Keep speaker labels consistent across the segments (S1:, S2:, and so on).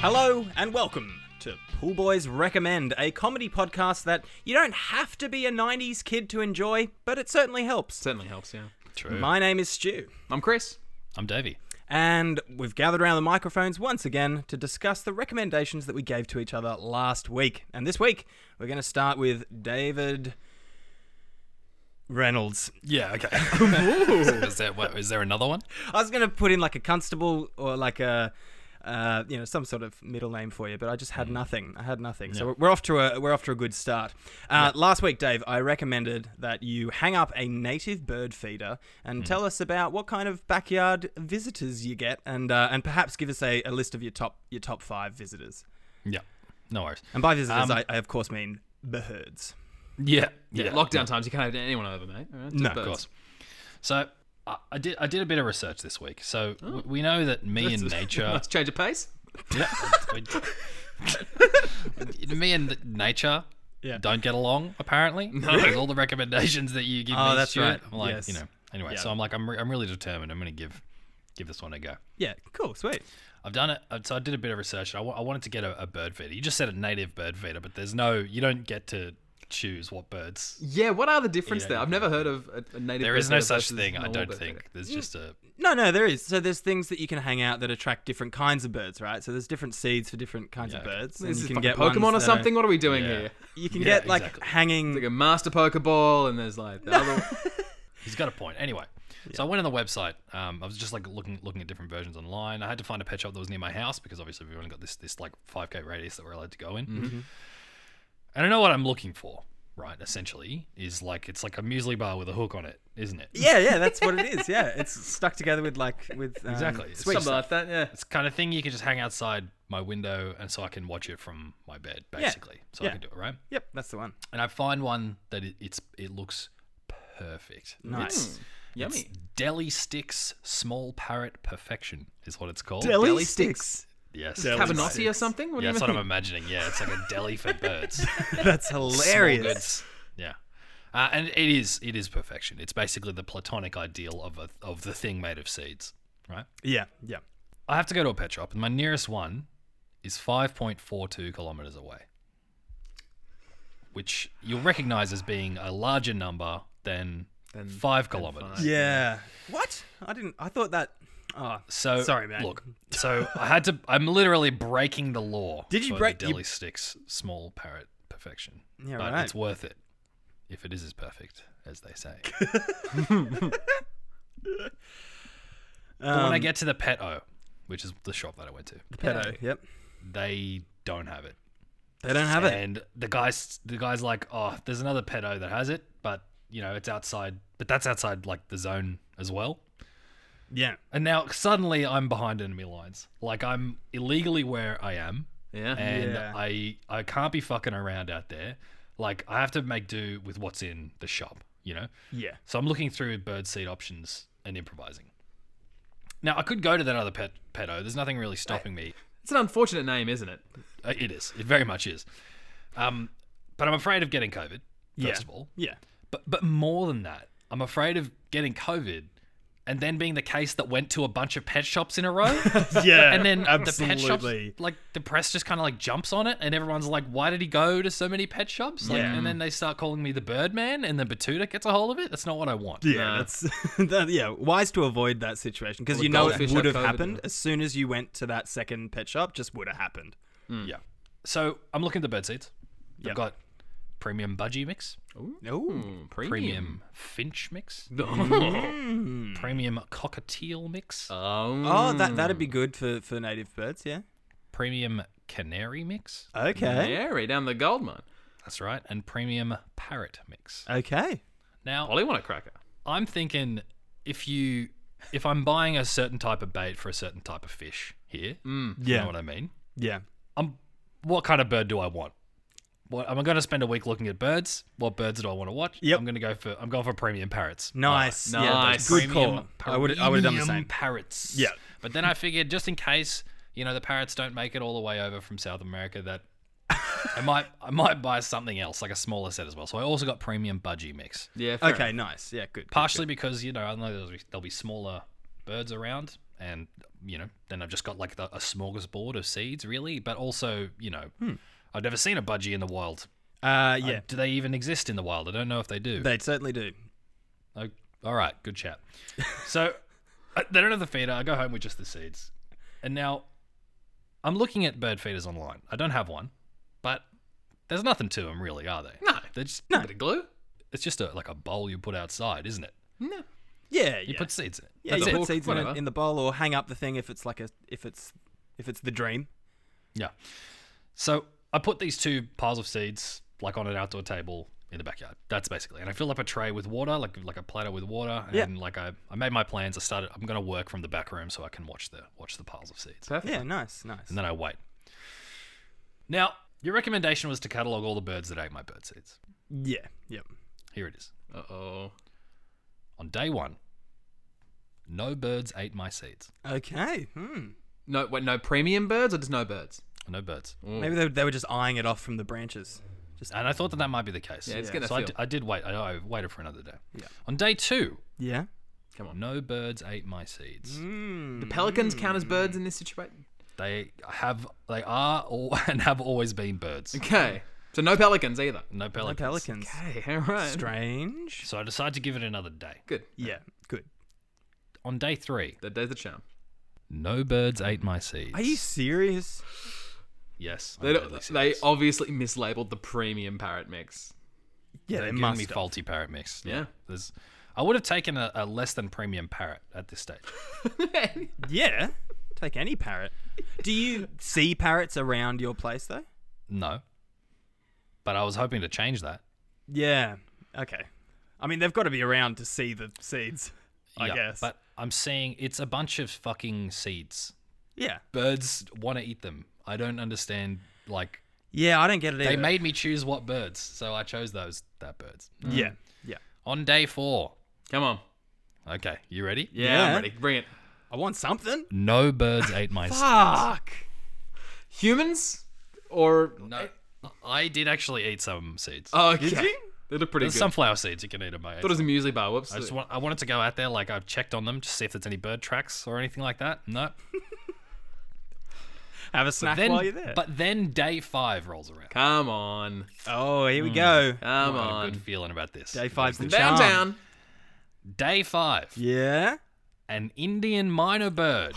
S1: Hello and welcome to Pool Boys Recommend, a comedy podcast that you don't have to be a 90s kid to enjoy, but it certainly helps.
S2: Certainly helps, yeah.
S3: True.
S1: My name is Stu,
S2: I'm Chris.
S3: I'm Davey.
S1: and we've gathered around the microphones once again to discuss the recommendations that we gave to each other last week. And this week, we're going to start with David Reynolds.
S3: Yeah, okay. is, there, what, is there another one?
S1: I was going to put in like a constable or like a. Uh, you know, some sort of middle name for you, but I just had nothing. I had nothing. So we're off to a we're off to a good start. Uh, Last week, Dave, I recommended that you hang up a native bird feeder and tell us about what kind of backyard visitors you get, and uh, and perhaps give us a, a list of your top your top five visitors.
S3: Yeah. No worries.
S1: And by visitors,
S3: Um,
S1: I, I of course mean birds.
S3: Yeah.
S2: Yeah. Lockdown times, you can't have anyone over, mate. All right? Just
S1: No, of
S2: birds.
S3: Of course. So I, I did I did a bit of research this week. So
S1: Oh.
S3: w- we know that me and nature.
S2: Let's change of pace.
S3: yeah. we- me and nature
S1: Yeah.
S3: don't get along apparently. With all the recommendations that you give
S1: Oh,
S3: me,
S1: that's
S3: Stuart.
S1: right.
S3: I'm like,
S1: Yes.
S3: you know. Anyway,
S1: Yeah.
S3: so I'm like, I'm, re- I'm really determined. I'm going to give give this one a go.
S1: Yeah, cool, sweet.
S3: I've done it. uh, So I did a bit of research. I wa- I wanted to get a, a bird feeder. You just said a native bird feeder, but there's no. You don't get to choose what birds.
S2: Yeah, what are the difference
S3: Yeah,
S2: there? I've never heard of a, a native.
S3: There
S2: bird
S3: is no
S2: feeder
S3: such
S2: versus
S3: thing. I
S2: normal
S3: don't
S2: bird
S3: think.
S2: feeder.
S3: There's just a.
S1: No, no, there is. So there's things that you can hang out that attract different kinds of birds, right? So there's different seeds for different kinds
S3: Yeah,
S1: of
S3: okay.
S1: birds. and
S2: This
S1: you
S2: is
S1: can
S2: fucking
S1: get ones
S2: Pokemon or
S1: that are-
S2: something. What are we doing
S3: Yeah.
S2: here?
S1: You can
S3: Yeah,
S1: get like
S3: exactly.
S1: hanging.
S2: Like a master Pokeball, and there's like the other.
S3: He's got a point. Anyway, so I went on the website. Um, I was just like looking looking at different versions online. I had to find a pet shop that was near my house because obviously we've only got this this like five k radius that we're allowed to go in.
S2: Mm-hmm.
S3: And I know what I'm looking for. Right, essentially, is like it's like a muesli bar with a hook on it, isn't it?
S1: yeah, yeah, that's what it is. Yeah, it's stuck together with like with um,
S3: Exactly. It's
S1: sweet
S2: Something
S1: stuff.
S2: like that. Yeah.
S3: It's the kind of thing you can just hang outside my window and so I can watch it from my bed, basically. So
S1: Yeah.
S3: I can do it, right?
S1: Yep, that's the one.
S3: And I find one that it, it's it looks perfect.
S1: Nice.
S3: It's,
S2: Mm, Yummy.
S3: it's Deli Sticks Small Parrot Perfection is what it's called.
S2: Deli sticks.
S3: yes.
S2: Cabanossi or something? What
S3: Yeah,
S2: do
S3: that's
S2: you
S3: what I'm
S2: mean?
S3: imagining. Yeah, it's like a deli for birds.
S1: That's
S3: Small
S1: hilarious.
S3: goods. Yeah. Uh, and it is it is perfection. It's basically the platonic ideal of a, of the thing made of seeds, right?
S1: Yeah, yeah.
S3: I have to go to a pet shop, and my nearest one is 5.42 kilometers away, which you'll recognize as being a larger number than
S2: Than-
S3: five kilometers.
S2: five.
S1: Yeah. What? I didn't. I thought that. Oh,
S3: So
S1: Sorry, man.
S3: Look, so I had to. I'm literally breaking the law.
S1: Did you
S3: for
S1: break-
S3: the
S1: you-
S3: deli sticks? Small parrot perfection.
S1: Yeah,
S3: but
S1: right.
S3: it's worth it if it is as perfect as they say. but when I
S1: um,
S3: get to the pet o, which is the shop that I went to,
S1: pedo. Yep.
S3: they don't have it.
S1: They don't have it.
S3: And the guys, the guys, like, oh, there's another pedo that has it, but you know, it's outside. But that's outside like the zone as well.
S1: Yeah.
S3: And now suddenly I'm behind enemy lines. Like I'm illegally where I am,
S2: Yeah.
S3: and
S1: Yeah.
S3: I I can't be fucking around out there. Like I have to make do with what's in the shop, you know.
S1: Yeah.
S3: So I'm looking through bird seed options and improvising. Now I could go to that other pet pedo. There's nothing really stopping me.
S2: It's an unfortunate name, isn't it?
S3: Uh, It is. It very much is. Um, but I'm afraid of getting COVID. First
S1: Yeah.
S3: of all,
S1: Yeah.
S3: but but more than that, I'm afraid of getting COVID, and then being the case that went to a bunch of pet shops in a row,
S1: Yeah.
S3: and then the pet
S1: absolutely.
S3: shops like the press just kind of like jumps on it, and everyone's like, "Why did he go to so many pet shops?" Like,
S1: Yeah.
S3: and then they start calling me the Birdman, and then Batuta gets a hold of it. That's not what I want.
S1: Yeah,
S2: Nah.
S1: that's that, yeah. Wise to avoid that situation because
S2: Well,
S1: you know it
S2: goldfish
S1: would have
S2: have COVID,
S1: happened
S2: yeah.
S1: as soon as you went to that second pet shop. Just would have happened.
S3: Yeah. So I'm looking at the bird seeds.
S1: Yep.
S3: I've got premium budgie mix,
S1: No.
S2: Mm,
S3: premium finch mix,
S2: Oh.
S1: Hmm.
S3: premium cockatiel mix,
S1: Oh, that that'd be good for for native birds. Yeah.
S3: premium canary mix.
S1: Okay.
S2: Mary down the gold mine.
S3: That's right, and premium parrot mix.
S1: Okay.
S3: Now,
S2: Ollie want a cracker.
S3: I'm thinking if you if I'm buying a certain type of bait for a certain type of fish here, you
S2: Mm.
S1: Yeah.
S3: know what I mean?
S1: Yeah.
S3: I'm what kind of bird do I want? What am I going to spend a week looking at birds? What birds do I want to watch?
S1: Yep.
S3: I'm going to go for I'm going for premium parrots.
S1: Nice.
S2: Nice.
S1: Yeah, that's
S2: Nice.
S1: Good call.
S3: Premium
S1: I would I would have done the
S3: premium
S1: same.
S3: Parrots.
S1: Yeah.
S3: But then I figured just in case, you know the parrots don't make it all the way over from South America that I might I might buy something else like a smaller set as well. So I also got premium budgie mix,
S2: Yeah. Fair
S1: Okay, nice. Yeah, good. good,
S3: partially because you know I know there'll be, there'll be smaller birds around, and you know then I've just got like the, a smorgasbord of seeds really, but also you know I've never seen a budgie in the wild.
S1: good. Uh,
S3: I-
S1: Hmm. yeah,
S3: do they even exist in the wild? I don't know if they do.
S1: they certainly do.
S3: Oh, all right, good chat. So I- they don't have the feeder. I go home with just the seeds, and now I'm looking at bird feeders online. I don't have one, but there's nothing to them really, are they?
S2: No.
S3: they're just
S2: Bit of glue.
S3: it's just a, like a bowl you put outside, isn't it?
S2: No.
S1: Yeah, yeah.
S3: You put seeds in it.
S1: yeah,
S3: That's
S1: you
S3: it.
S1: put
S2: hook,
S1: seeds in, it,
S2: whatever.
S1: in the bowl or hang up the thing if it's like a if it's if it's the dream.
S3: Yeah. So I put these two piles of seeds like on an outdoor table in the backyard. That's basically, and I fill up a tray with water, like like a platter with water, and
S1: Yeah.
S3: like I, I made my plans. I started. I'm gonna work from the back room so I can watch the watch the piles of seeds.
S2: Perfect.
S1: Yeah, nice, nice.
S3: and then I wait. Now, your recommendation was to catalog all the birds that ate my bird seeds.
S1: Yeah, yep.
S3: Here it is.
S2: Uh oh.
S3: On day one, no birds ate my seeds.
S1: Okay. Hmm.
S2: No. Wait. No premium birds or just no birds?
S3: No birds.
S1: Maybe they, they were just eyeing it off from the branches. Just
S3: And I thought that that might be the case.
S2: Yeah, it's
S1: Yeah.
S2: gonna
S3: so I
S2: feel.
S3: d- I did wait. I, I waited for another day.
S1: Yeah.
S3: On day two,
S1: yeah.
S2: Come on.
S3: no birds ate my seeds.
S1: Hmm.
S2: The pelicans count as birds in this situation.
S3: They have, they are, all, and have always been birds.
S2: Okay. So no pelicans either.
S3: No
S1: The
S3: pelicans.
S1: pelicans.
S2: Okay. All right.
S1: Strange.
S3: So I decided to give it another day.
S2: Good.
S1: Yeah. Good.
S3: On day three,
S2: That day's the charm.
S3: no birds ate my seeds.
S1: Are you serious?
S3: Yes. I'm
S2: They, don't-
S3: deadly
S2: they
S3: serious.
S2: obviously mislabeled the premium parrot mix.
S1: Yeah,
S3: They're
S1: they
S3: giving
S1: must.
S3: me
S1: have.
S3: faulty parrot mix.
S2: Yeah.
S3: There's, I would have taken a, a less than premium parrot at this stage.
S1: Yeah. Take any parrot. Do you see parrots around your place though?
S3: No. But I was hoping to change that.
S1: Yeah. Okay. I mean, they've got to be around to see the seeds. I
S3: Yeah,
S1: guess.
S3: But I'm seeing it's a bunch of fucking seeds.
S1: yeah.
S3: Birds want to eat them. I don't understand. Like,
S1: Yeah, I don't get it either.
S3: they made me choose what birds, so I chose those, that birds.
S1: Yeah. Yeah.
S3: On day four.
S2: Come on.
S3: Okay, you ready?
S2: Yeah, I'm
S1: Yeah.
S2: ready. Bring it.
S1: I want something.
S3: No birds ate my seeds.
S2: Fuck. Humans or
S3: No. I did actually eat some seeds.
S2: Oh, okay.
S1: Did you?
S2: They look pretty
S3: There's
S2: good.
S3: sunflower seeds you can eat them. I ate
S2: thought it was a muesli bar. Whoops.
S3: I just want, I wanted to go out there, like I've checked on them, to see if there's any bird tracks or anything like that. No.
S1: Have a snack
S3: Then,
S1: while you're there.
S3: But then day five rolls around.
S2: Come on.
S1: oh, here we go.
S3: Mm.
S2: Come
S3: I've got a
S2: on.
S3: good feeling about this.
S1: Day five's the charm.
S2: Downtown.
S3: Day five,
S1: Yeah.
S3: an Indian minor bird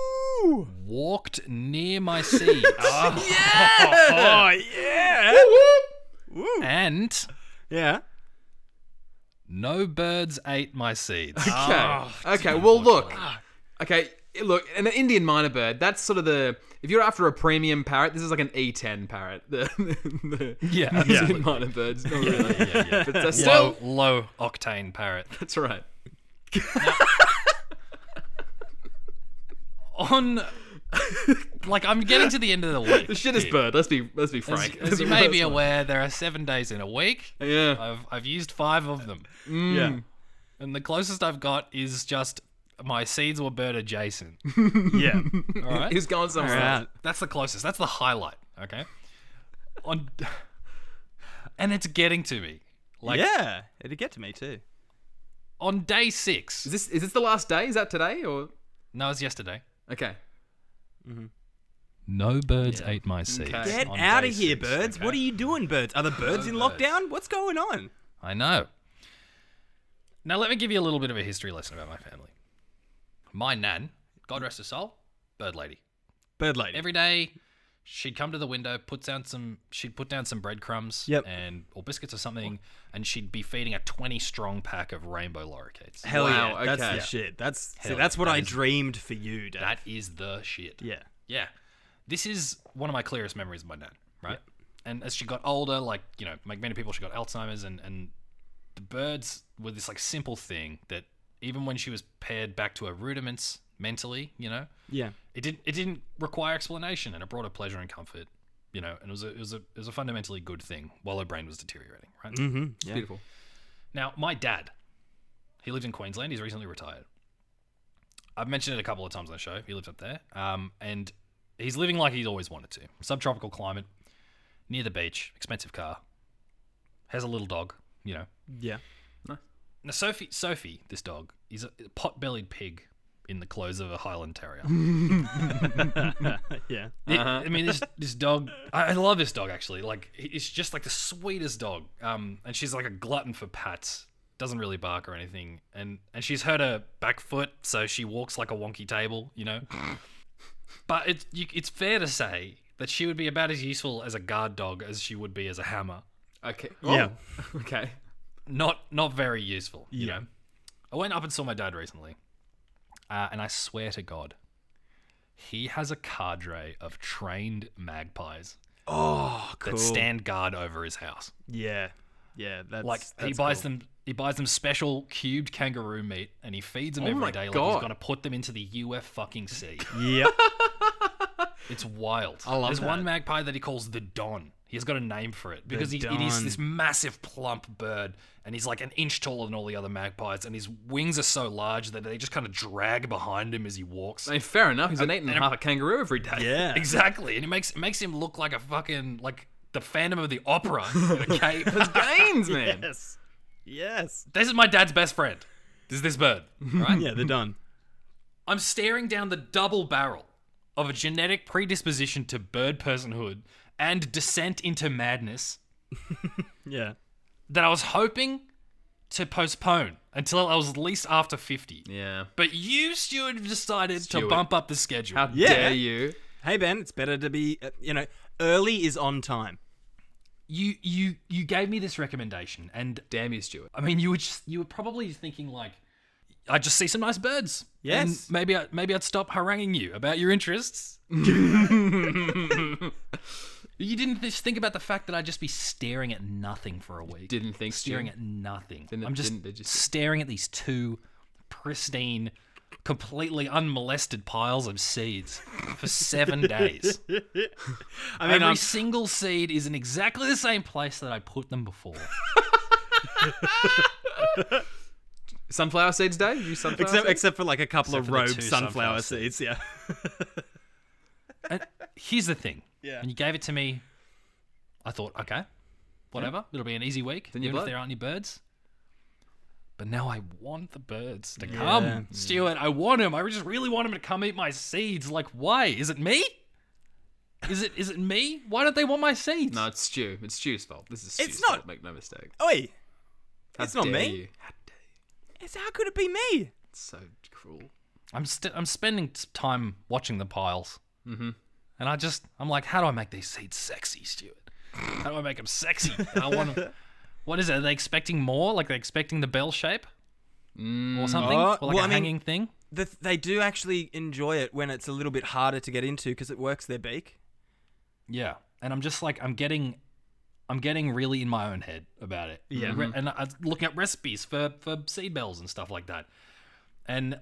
S3: walked near my seeds
S1: Ah. Oh yeah. Woo.
S3: and
S1: Yeah.
S3: no birds ate my seeds.
S1: Ah.
S2: Okay.
S3: Ah,
S2: okay. Well, look. Okay. Look, an Indian minor bird. That's sort of the. If you're after a premium parrot, this is like an E10 parrot. The, the
S3: Yeah,
S2: New
S3: yeah.
S2: Zealand minor birds. Not really.
S3: yeah, yeah.
S2: But they're
S3: Low,
S2: still.
S3: low octane parrot.
S2: That's right.
S3: On, like, I'm getting to the end of the week.
S2: The shittest
S3: here.
S2: bird. Let's be. Let's be frank.
S3: As, as you may be aware, there are seven days in a week.
S2: Yeah.
S3: I've, I've used five of them.
S1: Mm.
S3: And the closest I've got is just my seeds were bird adjacent.
S1: Yeah. Yeah.
S3: All right.
S2: He's going somewhere else.
S1: Alright.
S3: That's the closest. That's the highlight. Okay. On and it's getting to me. Like
S1: yeah. It'd get to me too.
S3: on day six.
S2: Is this is this the last day? Is that today or?
S3: No, it's yesterday.
S2: Okay.
S3: No birds ate my seeds.
S2: Okay.
S1: Get
S3: on
S1: out
S3: day
S1: of here,
S3: six,
S1: birds. What
S3: okay?
S1: are you doing, birds? Are the birds in
S3: birds.
S1: lockdown? What's going on?
S3: I know. Now let me give you a little bit of a history lesson about my family. My nan, God rest her soul, bird lady.
S1: Bird lady.
S3: every day she'd come to the window put down some she'd put down some breadcrumbs
S1: Yep.
S3: and or biscuits or something and she'd be feeding a 20 strong pack of rainbow lorikeets
S1: Hell
S2: Wow,
S1: yeah. That's
S2: okay.
S1: the
S2: Yeah.
S1: shit. That's see,
S3: Hell
S1: that's
S3: yeah.
S1: what
S3: That
S1: I
S3: is-
S1: dreamed for you, Dad.
S3: that is the shit
S1: yeah.
S3: yeah this is one of my clearest memories of my nan right and as she got older like you know like many people she got alzheimer's and and the birds were this like simple thing that even when she was paired back to her rudiments mentally you know
S1: Yeah.
S3: it didn't it didn't require explanation and it brought her pleasure and comfort you know and it was a, it was a it was a fundamentally good thing while her brain was deteriorating right
S1: Mm-hmm.
S2: It's
S1: Yeah.
S2: beautiful.
S3: now my dad he lived in queensland he's recently retired i've mentioned it a couple of times on the show he lived up there um, and He's living like he's always wanted to. Subtropical climate, near the beach, expensive car, has a little dog. You know,
S1: Yeah.
S3: now Sophie, Sophie, this dog is a pot-bellied pig in the clothes of a Highland Terrier.
S1: yeah.
S3: It- I mean, this this dog. I, I love this dog actually. Like, he- it's just like the sweetest dog. Um, and she's like a glutton for pats. Doesn't really bark or anything. And and she's hurt her back foot, so she walks like a wonky table. You know. but it's you, it's fair to say that she would be about as useful as a guard dog as she would be as a hammer.
S2: Okay.
S1: Yeah.
S2: Oh, Okay.
S3: Not not very useful. You
S1: Yeah.
S3: know. I went up and saw my dad recently, uh, and I swear to God. He has a cadre of trained magpies
S1: Oh,
S3: that
S1: cool.
S3: stand guard over his house.
S1: yeah. Yeah. That's
S3: Like he
S1: that's
S3: buys
S1: cool.
S3: them, he buys them special cubed kangaroo meat, and he feeds them
S2: my
S3: every day. Like
S2: God.
S3: he's gonna put them into the UF fucking sea.
S1: Yep.
S3: It's wild.
S2: love
S3: There's one
S2: that.
S3: magpie that he calls the Don. He's got a name for it because he, it
S1: Don.
S3: is this massive plump bird, and he's like an inch taller than all the other magpies, and his wings are so large that they just kind of drag behind him as he walks.
S2: I mean, fair enough. He's an eight and a half a kangaroo every day.
S1: yeah.
S3: Exactly, and it makes it makes him look like a fucking like the Phantom of the Opera. in a cape.
S2: Gains, man.
S1: Yes. Yes.
S3: this is my dad's best friend. This is this bird, right?
S1: Yeah, they're done.
S3: I'm staring down the double barrel of a genetic predisposition to bird personhood and descent into madness
S1: Yeah.
S3: that I was hoping to postpone until I was at least after 50.
S2: Yeah.
S3: But you, Stuart, have decided to
S2: Stuart.
S3: bump up the schedule.
S2: How
S1: Yeah.
S2: dare you?
S1: Hey Ben, it's better to be uh, you know early is on time.
S3: you you you gave me this recommendation and
S2: Damn you, Stuart.
S3: I mean you were just you were probably thinking like I just see some nice birds.
S1: Yes.
S3: And maybe I maybe I'd stop haranguing you about your interests. you didn't just think about the fact that I'd just be staring at nothing for a week.
S2: Didn't think,
S3: staring
S2: Stuart.
S3: at nothing.
S2: Didn't-
S3: I'm just,
S2: didn't they just-
S3: staring at these two pristine, completely unmolested piles of seeds for seven days.
S1: I mean,
S3: Every
S1: I'm,
S3: single seed is in exactly the same place that I put them before.
S2: Sunflower seeds day? You sunflower
S1: except
S2: seeds?
S1: except for like a couple of
S3: for the
S1: rogue
S3: two sunflower
S1: sunflower seeds. Yeah.
S3: And here's the thing.
S1: Yeah.
S3: When you gave it to me, I thought, okay, whatever. It'll be an easy week.
S2: Then you
S3: even if
S2: blow it.
S3: there aren't any birds. But now I want the birds to come,
S1: Mm.
S3: Stuart. I want them. I just really want them to come eat my seeds. Like, why? Is it me? Is it is it me? Why don't they want my seeds?
S2: No, it's Stu. It's Stu's fault. This is Stu's
S1: It's not-
S2: fault. Make no mistake.
S1: Oi,
S2: How
S1: it's not
S2: dare
S1: me.
S2: You. How dare you?
S1: It's, how could it be me?
S2: It's so cruel.
S3: I'm st- I'm spending s- time watching the piles, mm-hmm. and I just I'm like, how do I make these seeds sexy, Stuart? How do I make them sexy? And I want 'em- What is it? Are they expecting more? Like they're expecting the bell shape or something,
S1: Oh,
S3: or like
S1: well,
S3: a
S1: I mean-
S3: hanging thing?
S1: The, they do actually enjoy it when it's a little bit harder to get into because it works their beak.
S3: Yeah, and I'm just like I'm getting, I'm getting really in my own head about it. Yeah, and I was looking at recipes for for seed bells and stuff like that, and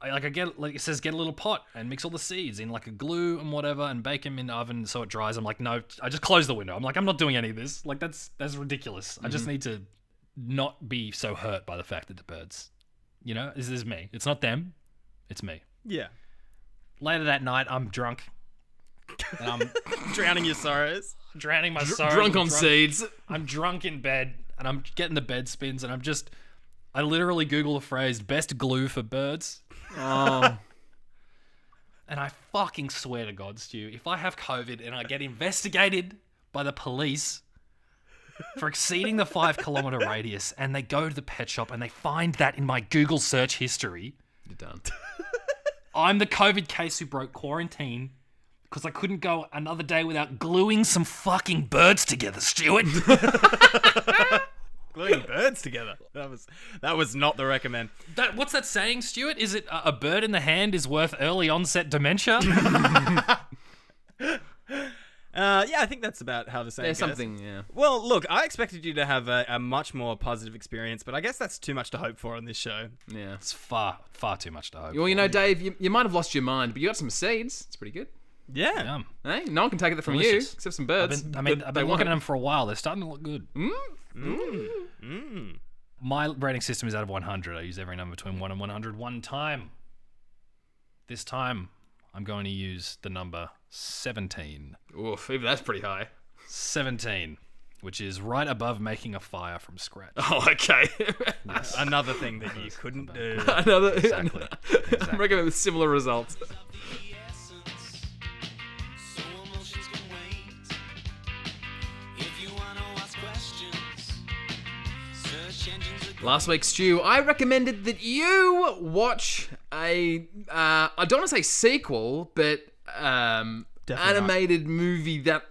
S3: I, like I get like it says get a little pot and mix all the seeds in like a glue and whatever and bake them in the oven so it dries. I'm like no, I just close the window. I'm like I'm not doing any of this. Like that's that's ridiculous. I just need to not be so hurt by the fact that the birds, you know, this is me. It's not them, it's me.
S1: Yeah.
S3: Later that night, I'm drunk. And I'm
S1: Drowning your sorrows.
S3: drowning my sorrows.
S2: Drunk
S3: I'm
S2: on seeds.
S3: I'm drunk in bed, and I'm getting the bed spins, and I'm just. I literally Google the phrase "best glue for birds,"
S2: Oh.
S3: and I fucking swear to God, Stu, if I have COVID and I get investigated by the police for exceeding the five kilometer radius, and they go to the pet shop and they find that in my Google search history,
S2: You're done.
S3: I'm the COVID case who broke quarantine because I couldn't go another day without gluing some fucking birds together, Stuart.
S1: Gluing birds together. That was that was not the recommend.
S3: That what's that saying, Stuart? Is it uh, a bird in the hand is worth early onset dementia?
S1: Uh, yeah, I think that's about how the same.
S2: There's something, yeah.
S1: Well, look, I expected you to have a, a much more positive experience, but I guess that's too much to hope for on this show.
S2: Yeah.
S3: it's far, far too much to hope.
S2: Well, you know, Dave, you, you might have lost your mind, but you got some seeds. It's pretty good.
S1: Yeah.
S3: Yum.
S2: Hey, no one can take it from you,
S3: Delicious.
S2: except some
S3: I've
S2: birds.
S3: been, I mean,
S2: but
S3: I've
S2: they
S3: been
S2: won't.
S3: looking at them for a while. They're starting to look good. My rating system is out of 100. I use every number between 1 and 100 one time. This time, I'm going to use the number 17.
S2: Oof, even that's pretty high.
S3: 17, which is right above making a fire from scratch.
S2: Oh, okay.
S1: Another thing that you couldn't do.
S2: Another.
S3: Exactly.
S2: I'm reckoning with similar results. Last week, Stu, I recommended that you watch a. Uh, I don't want to say sequel, but um,
S1: Definitely not.
S2: animated movie that.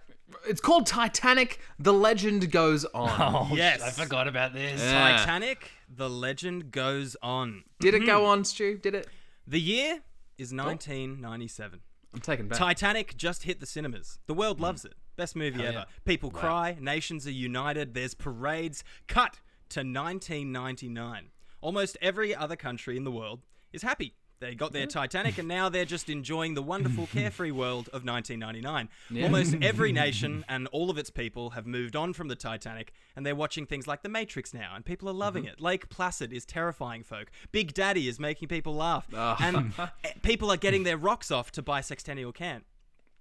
S2: It's called Titanic: The Legend Goes On.
S3: Oh, yes.
S1: Yes.
S3: I forgot about this.
S2: Yeah.
S1: Titanic, the legend goes on.
S2: Did it go on, Stu? Did it?
S1: The year is 1997.
S2: I'm taken back.
S1: Titanic just hit the cinemas. The world loves it. Best movie ever.
S3: yeah.
S1: People cry, nations are united, there's parades. Cut to 1999. Almost every other country in the world is happy. They got their Titanic and now they're just enjoying the wonderful carefree world of 1999. Almost every nation and all of its people have moved on from the Titanic and they're watching things like The Matrix now and people are loving it. Lake Placid is terrifying folk. Big Daddy is making people laugh. And eh, people are getting their rocks off to buy Sextennial Can.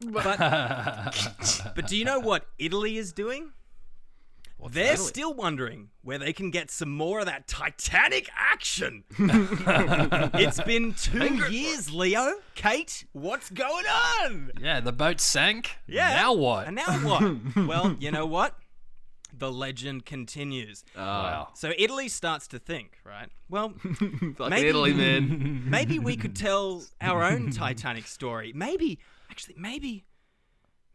S1: But do you know what Italy is doing? They're still wondering where they can get some more of that Titanic action. it's been two years, Leo. Kate, what's going on?
S3: Yeah, the boat sank.
S1: Yeah.
S3: Now what?
S1: And now what? well, you know what? The legend continues.
S3: wow.
S1: so Italy starts to think, right? Well,
S2: Fucking
S1: maybe-
S2: Italy, man.
S1: maybe we could tell our own Titanic story. Maybe, actually, maybe,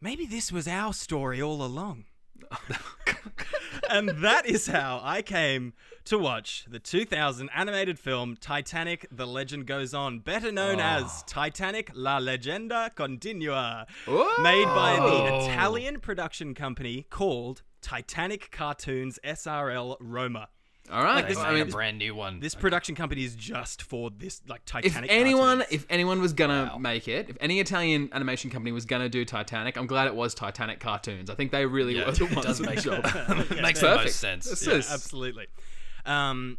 S1: maybe this was our story all along. and that is how I came to watch the 2000 animated film Titanic: The Legend Goes On, better known as Titanic: La Legenda Continua, made by the
S3: Oh.
S1: Italian production company called Titanic Cartoons SRL Roma.
S2: All right.
S3: This
S2: I mean,
S3: a brand new one.
S1: This production company is just for this, like
S2: if
S1: Titanic.
S2: anyone,
S1: cartoons.
S2: if anyone was gonna make it, if any Italian animation company was gonna do Titanic, I'm glad it was Titanic Cartoons. I think they really
S3: yeah,
S2: were the
S3: it
S2: ones
S3: does
S2: with the
S3: make
S2: job.
S3: makes the
S2: Perfect.
S3: most sense.
S2: That's
S3: Yeah.
S2: it. Yes.
S1: absolutely. Um,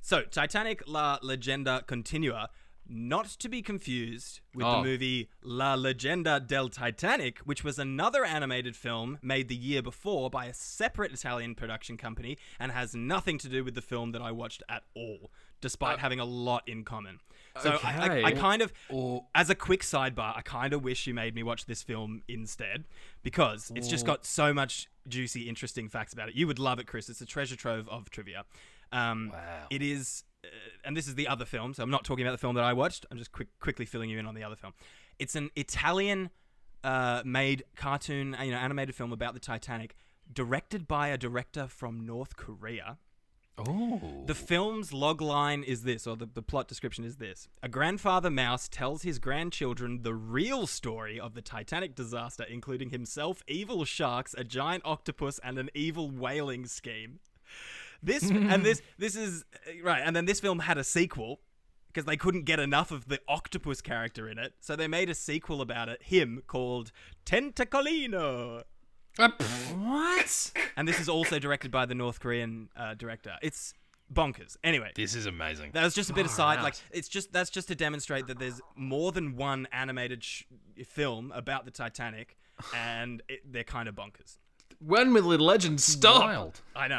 S1: so, Titanic La Legenda Continua, not to be confused with
S2: Oh.
S1: the movie La Legenda del Titanic, which was another animated film made the year before by a separate Italian production company and has nothing to do with the film that I watched at all, despite having a lot in common. So, I, I, I
S2: okay.
S1: kind of, as a quick sidebar, I kind of wish you made me watch this film instead because it's just got so much juicy, interesting facts about it. You would love it, Chris. It's a treasure trove of trivia. Um,
S3: Wow.
S1: It is, uh, and this is the other film, so I'm not talking about the film that I watched. I'm just quick, quickly filling you in on the other film. It's an Italian uh, made cartoon, uh, you know, animated film about the Titanic, directed by a director from North Korea.
S3: Oh.
S1: The film's logline is this, or the, the plot description is this. A grandfather mouse tells his grandchildren the real story of the Titanic disaster, including himself, evil sharks, a giant octopus, and an evil whaling scheme. This and this this is right, and then this film had a sequel because they couldn't get enough of the octopus character in it, so they made a sequel about it, him called Tentacolino.
S2: What?
S1: And this is also directed by the North Korean uh, director. It's bonkers. Anyway,
S3: This is amazing.
S1: that was just a bit aside.
S2: out.
S1: Like it's just that's just to demonstrate that there's more than one animated sh- film about the Titanic, and it, they're kind of bonkers.
S2: When will the legend stop?
S3: Wild.
S1: I know.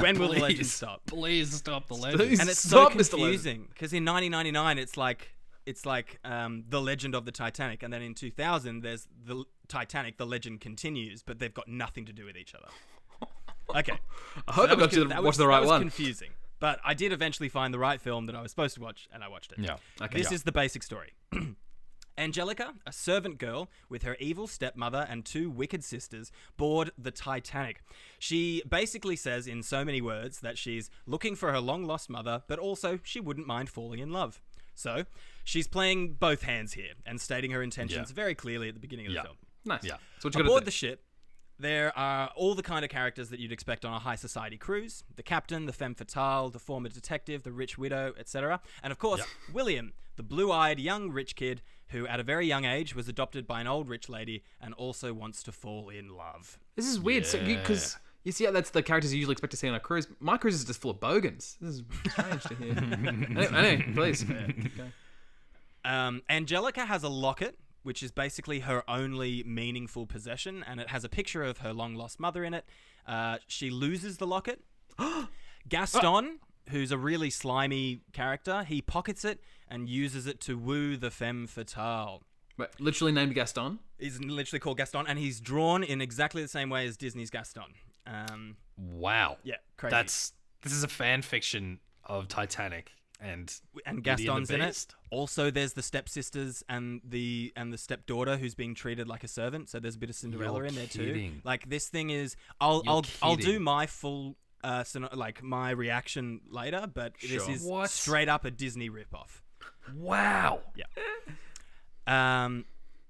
S1: When will the legend
S3: Please.
S1: stop?
S3: Please stop the legend.
S1: And it's
S2: Stop,
S1: so
S2: Mr. Legend.
S1: confusing because in 1999 it's like it's like um, the legend of the Titanic, and then in 2000 there's the l- Titanic, the legend continues, but they've got nothing to do with each other. Okay,
S2: I hope I got to
S1: that
S2: watch
S1: was,
S2: the
S1: that
S2: right
S1: was
S2: one.
S1: Confusing, but I did eventually find the right film that I was supposed to watch, and I watched it.
S3: Yeah. Okay.
S1: This
S3: Yeah.
S1: is the basic story. Angelica, a servant girl with her evil stepmother and two wicked sisters, board the Titanic. She basically says, in so many words, that she's looking for her long lost mother, but also she wouldn't mind falling in love. So, she's playing both hands here and stating her intentions
S3: Yeah.
S1: very clearly at the beginning of
S3: Yeah.
S1: the film.
S2: nice.
S3: Yeah.
S2: So what you got
S1: Aboard
S2: to
S1: the
S2: do?
S1: ship, there are all the kind of characters that you'd expect on a high society cruise the captain, the femme fatale, the former detective, the rich widow, etc. And of course, William, the blue eyed young rich kid who, at a very young age, was adopted by an old rich lady and also wants to fall in love.
S2: This is weird. So because you see, how that's the characters you usually expect to see on a cruise. My cruise is just full of bogans. This is strange to hear. anyway, anyway, please.
S1: Um, Angelica has a locket which is basically her only meaningful possession, and it has a picture of her long lost mother in it. Uh, she loses the locket. Gaston, who's a really slimy character, he pockets it and uses it to woo the femme fatale.
S2: Wait, literally named Gaston.
S1: He's literally called Gaston, and he's drawn in exactly the same way as Disney's Gaston. Um,
S3: Wow.
S1: Yeah, crazy.
S3: That's this is a fan fiction of Titanic and Beauty
S1: and
S3: and the
S1: Gaston's in it.
S3: Beast.
S1: Also, there's the stepsisters and the and the stepdaughter who's being treated like a servant. So there's a bit of Cinderella
S3: You're
S1: in there too.
S3: kidding.
S1: Like this thing is, I'll
S3: You're
S1: I'll I'll do
S3: kidding.
S1: my full uh sino- like my reaction later, but this
S3: Sure.
S1: is
S3: What?
S1: straight up a Disney ripoff.
S3: Wow.
S1: Um,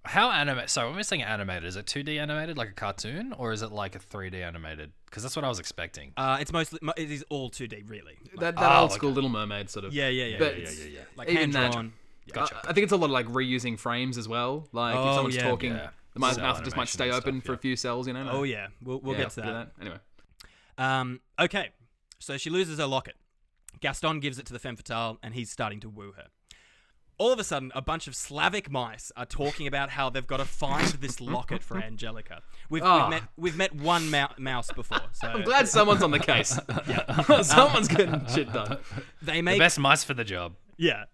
S3: How animate? So when we're saying animated, is it 2D animated like a cartoon, or is it like a 3D animated? Because that's what I was expecting.
S1: uh, it's mostly mo- it is all 2D really.
S2: That, that
S3: Oh,
S2: old school
S3: okay.
S2: Little Mermaid sort of.
S1: Yeah, yeah, yeah,
S2: But
S1: yeah,
S2: it's-
S3: yeah, yeah, yeah.
S1: Like
S2: even
S1: hand
S2: that-
S1: drawn.
S3: Gotcha.
S2: I- I think it's a lot of like reusing frames as well. Like if
S1: Oh,
S2: someone's
S1: yeah.
S2: talking,
S3: Yeah.
S2: the mouth,
S3: Cell
S2: mouth just might
S3: animation
S2: stay
S3: and
S2: open
S3: stuff,
S2: for a
S3: yeah.
S2: few cells. You know.
S1: Oh yeah, we'll we'll
S2: Yeah,
S1: get to
S2: do
S1: that.
S2: Anyway.
S1: Um, okay, so she loses her locket. Gaston gives it to the femme fatale, and he's starting to woo her. All of a sudden, a bunch of Slavic mice are talking about how they've got to find this locket for Angelica. We've,
S2: Ah.
S1: we've met we've met one mou- mouse before, so
S2: I'm glad someone's on the case. someone's getting shit done.
S1: they
S3: the
S1: make
S3: best mice for the job.
S1: yeah.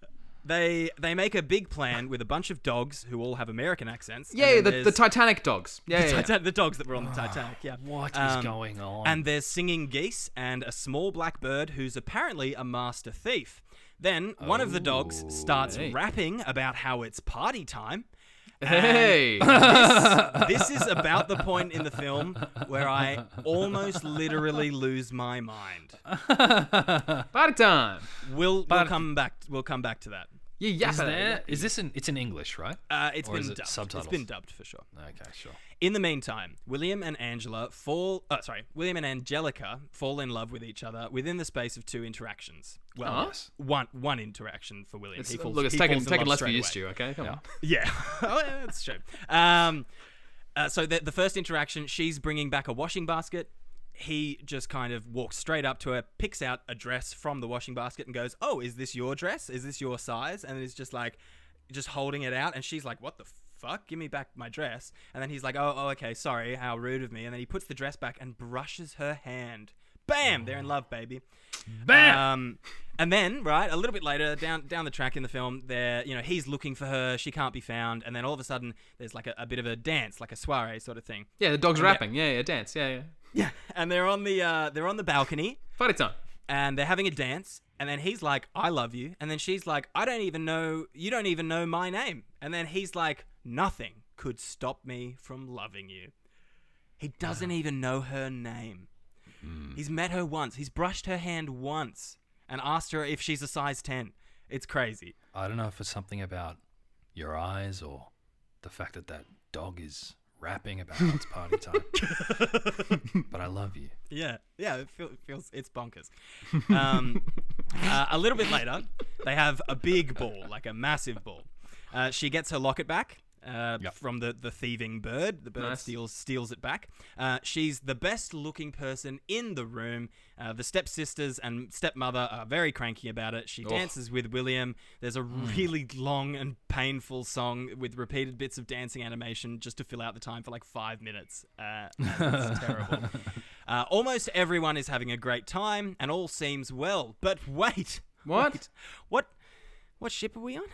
S1: They they make a big plan with a bunch of dogs who all have American accents. and
S2: Yeah, yeah,
S1: then
S2: the, the
S1: there's
S2: Titanic dogs. Yeah, yeah, yeah.
S1: Titan- the dogs that were on the Titanic. Yeah,
S3: What is
S1: Um,
S3: going on?
S1: And there's singing geese and a small black bird who's apparently a master thief. Then one of the dogs
S3: Oh,
S1: starts
S2: hey.
S1: rapping about how it's party time.
S2: Hey,
S1: This is about the point in the film where I almost literally lose my mind.
S2: party time.
S1: We'll, we'll come back. We'll come back to that.
S2: Yeah, yeah.
S3: is there? Is this in? It's in English, right?
S1: Uh, it's
S3: Or
S1: been
S3: is it
S1: dubbed.
S3: subtitles?
S1: It's been dubbed for sure.
S3: Okay, sure.
S1: In the meantime, William and Angela fall. Uh, sorry, William and Angelica fall in love with each other within the space of two interactions. Well,
S2: Oh.
S1: yes, one one interaction for William.
S2: It's, uh,
S1: he falls,
S2: look, it's
S1: he
S2: taken
S1: falls in
S2: taken
S1: love
S2: less for
S1: straight
S2: you,
S1: away.
S2: Stu. Okay, come on.
S1: Yeah, oh, yeah, that's true. Um, uh, so the, the first interaction, she's bringing back a washing basket. He just kind of walks straight up to her, picks out a dress from the washing basket, and goes, "Oh, is this your dress? Is this your size?" And is just like, just holding it out, and she's like, "What the fuck? Give me back my dress!" And then he's like, "Oh, oh, okay, sorry, how rude of me." And then he puts the dress back and brushes her hand. Bam! They're in love, baby.
S3: Bam!
S1: Um, and then, right, a little bit later, down down the track in the film, there, you know, he's looking for her. She can't be found. And then all of a sudden, there's like a, a bit of a dance, like a soiree sort of thing.
S2: Yeah, the dogs rapping. Yeah, yeah, dance. Yeah, yeah.
S1: Yeah. And they're on the uh, they're on the balcony,
S2: Party time.
S1: and they're having a dance. And then he's like, "I love you." And then she's like, "I don't even know. You don't even know my name." And then he's like, "Nothing could stop me from loving you." He doesn't even know her name. He's met her once. He's brushed her hand once and asked her if she's a size 10. It's crazy.
S3: I don't know if it's something about your eyes or the fact that that dog is rapping about how it's party time. but I love you.
S1: Yeah, yeah, it, feel, it feels it's bonkers. Um, uh, a little bit later, they have a big ball, like a massive ball. Uh, she gets her locket back uh,
S3: Yep.
S1: from the, the thieving bird. The bird
S2: Nice.
S1: steals steals it back. Uh, she's the best looking person in the room. Uh, the stepsisters and stepmother are very cranky about it. She dances with William. There's a really long and painful song with repeated bits of dancing animation just to fill out the time for like five minutes. Uh, and it's terrible. Uh, almost everyone is having a great time and all seems well. But wait,
S2: What?
S1: what? What ship are we on?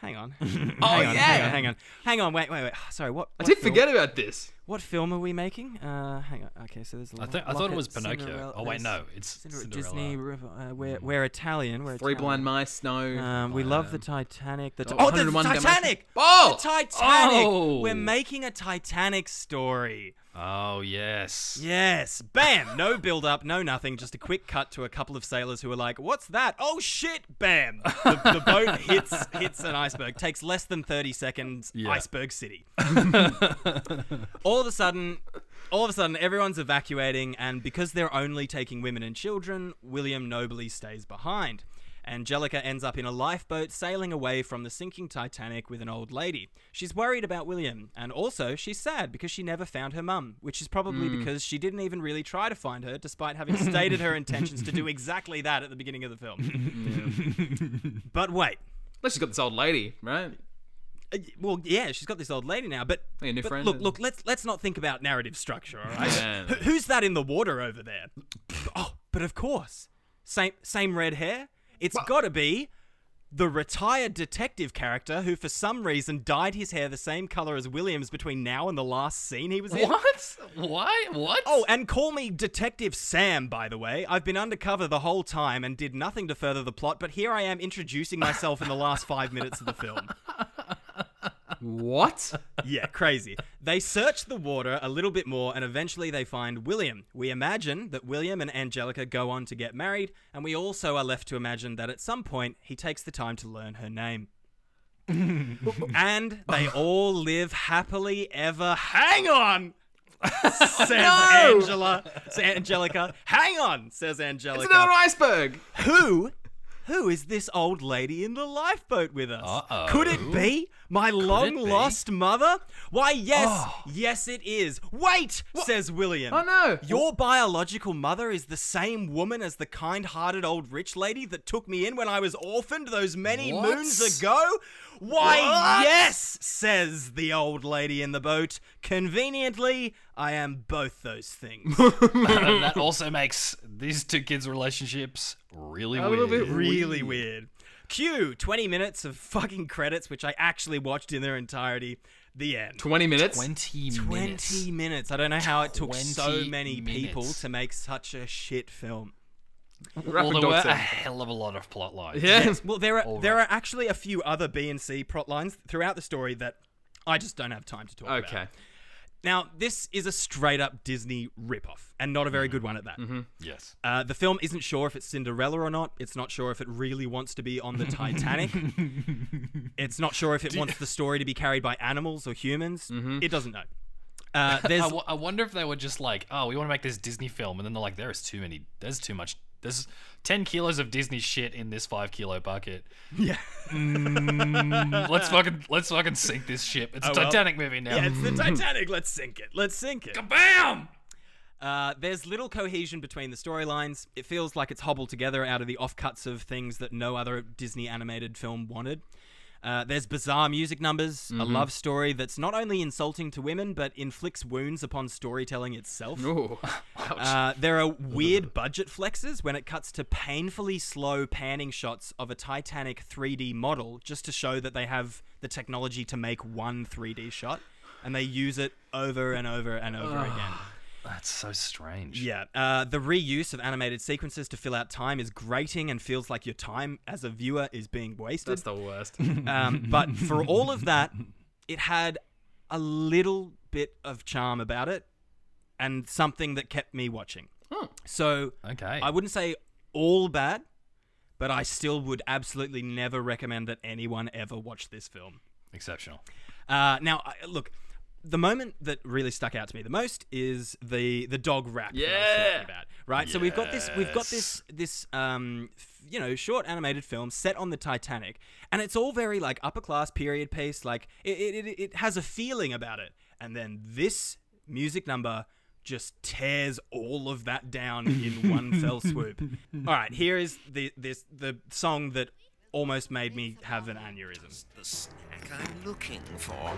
S1: Hang on. oh
S2: Oh
S1: hang on, hang
S2: yeah.
S1: on, hang on, hang on. Wait, wait, wait. Sorry, what?
S2: I
S1: what
S2: did
S1: film-
S2: forget about this.
S1: What film are we making? Uh, hang on. Okay, so there's.
S3: I, th- I thought it was Pinocchio. oh wait, no, it's Cinderella. Mm.
S1: Disney. River- Uh, we're, we're Italian. We're
S2: Three blind
S1: Italian.
S2: mice. No.
S1: Um, we love the Titanic. The ti-
S2: Oh,
S1: oh, the
S2: 101 Dalmatians.
S1: Titanic!
S2: Oh!
S1: the Titanic!
S3: Oh!
S1: We're making a Titanic story.
S3: Oh yes.
S1: Yes. Bam. No build up, no nothing. Just a quick cut to a couple of sailors who are like, "What's that? Oh shit!" Bam. The, the boat hits hits an iceberg. Takes less than thirty seconds.
S3: Yeah.
S1: Iceberg City. all of a sudden, all of a sudden, everyone's evacuating, and because they're only taking women and children, William nobly stays behind. Angelica ends up in a lifeboat sailing away from the sinking Titanic with an old lady. She's worried about William, and also she's sad because she never found her mum, which is probably because she didn't even really try to find her, despite having stated her intentions to do exactly that at the beginning of the film. but wait,
S2: Unless she's got this old lady, right?
S1: Uh, well, yeah, she's got this old lady now, but,
S2: Yeah, new
S1: but
S2: friend
S1: look,
S2: and-
S1: look, let's let's not think about narrative structure, all right?
S2: Yeah.
S1: Who- who's that in the water over there? Oh, but of course, same same red hair. It's got to be the retired detective character who, for some reason, dyed his hair the same color as Williams between now and the last scene he was in.
S3: What? Why? What?
S1: Oh, and call me Detective Sam, by the way. I've been undercover the whole time and did nothing to further the plot, but here I am introducing myself in the last five minutes of the film.
S2: What?
S1: Yeah, crazy. They search the water a little bit more and eventually they find William. We imagine that William and Angelica go on to get married, and we also are left to imagine that at some point he takes the time to learn her name. and they all live happily ever. Hang on! Says Angela. Says Angelica. Hang on, says Angelica.
S2: It's another iceberg.
S1: Who? Who is this old lady in the lifeboat with us?
S3: Uh-oh.
S1: Could it be my long
S3: be? Oh.
S1: lost mother? Why, yes, yes, it is. Wait, says William.
S2: Oh, no.
S1: Your biological mother is the same woman as the kind hearted old rich lady that took me in when I was orphaned those many
S3: What?
S1: moons ago? Why,
S3: What?
S1: yes, says the old lady in the boat. Conveniently, I am both those things.
S3: and that also makes these two kids' relationships really
S2: A little
S3: weird.
S2: bit
S1: really weird. Q, 20 minutes of fucking credits, which I actually watched in their entirety. The end.
S2: 20 minutes.
S3: 20,
S1: 20
S3: minutes.
S1: minutes. I don't know how it took so
S3: 20
S1: many people
S3: minutes.
S1: to make such a shit film.
S3: Well,
S2: Rapid
S3: there
S2: dog
S3: were a
S2: sound.
S3: hell of a lot of plot lines.
S2: Yeah.
S1: Well, there are there are actually a few other B and C plot lines throughout the story that I just don't have time to talk about.
S2: Okay.
S1: Now, this is a straight up Disney ripoff, and not a
S3: Mm-hmm.
S1: very good one at that.
S3: Yes.
S1: Uh, the film isn't sure if it's Cinderella or not. It's not sure if it really wants to be on the Titanic. it's not sure if it wants the story to be carried by animals or humans. It doesn't know. Uh,
S3: I,
S1: there's
S3: w- I wonder if they were just like, oh, we want to make this Disney film, and then they're like, there is too many, there's too much, there's ten kilos of Disney shit in this five kilo bucket.
S1: yeah,
S3: Mm, let's fucking let's fucking sink this ship. It's a
S1: Oh, well.
S3: Titanic movie now.
S1: yeah, it's the Titanic. Let's sink it. Let's sink it.
S3: Bam!
S1: Uh, there's little cohesion between the storylines. It feels like it's hobbled together out of the offcuts of things that no other Disney animated film wanted. Uh, there's bizarre music numbers, a love story that's not only insulting to women, but inflicts wounds upon storytelling itself.
S2: Ooh.
S1: Uh, there are weird budget flexes when it cuts to painfully slow panning shots of a Titanic 3D model just to show that they have the technology to make one 3D shot, and they use it over and over and over again.
S3: That's so strange.
S1: Yeah, uh, the reuse of animated sequences to fill out time is grating and feels like your time as a viewer is being wasted.
S2: That's the worst.
S1: Um, but for all of that, it had a little bit of charm about it and something that kept me watching. So
S3: Okay.
S1: I wouldn't say all bad, but I still would absolutely never recommend that anyone ever watch this film.
S3: Exceptional.
S1: Uh, now, I, look, the moment that really stuck out to me the most is the the dog rap. that I was talking
S2: Yeah.
S1: about, right. So we've got this we've got this this um f- you know short animated film set on the Titanic, and it's all very like upper class period piece. Like it it, it it has a feeling about it, and then this music number just tears all of that down in one fell swoop. All right, here is the this the song that almost made me have an aneurysm.
S4: the snack I'm looking for.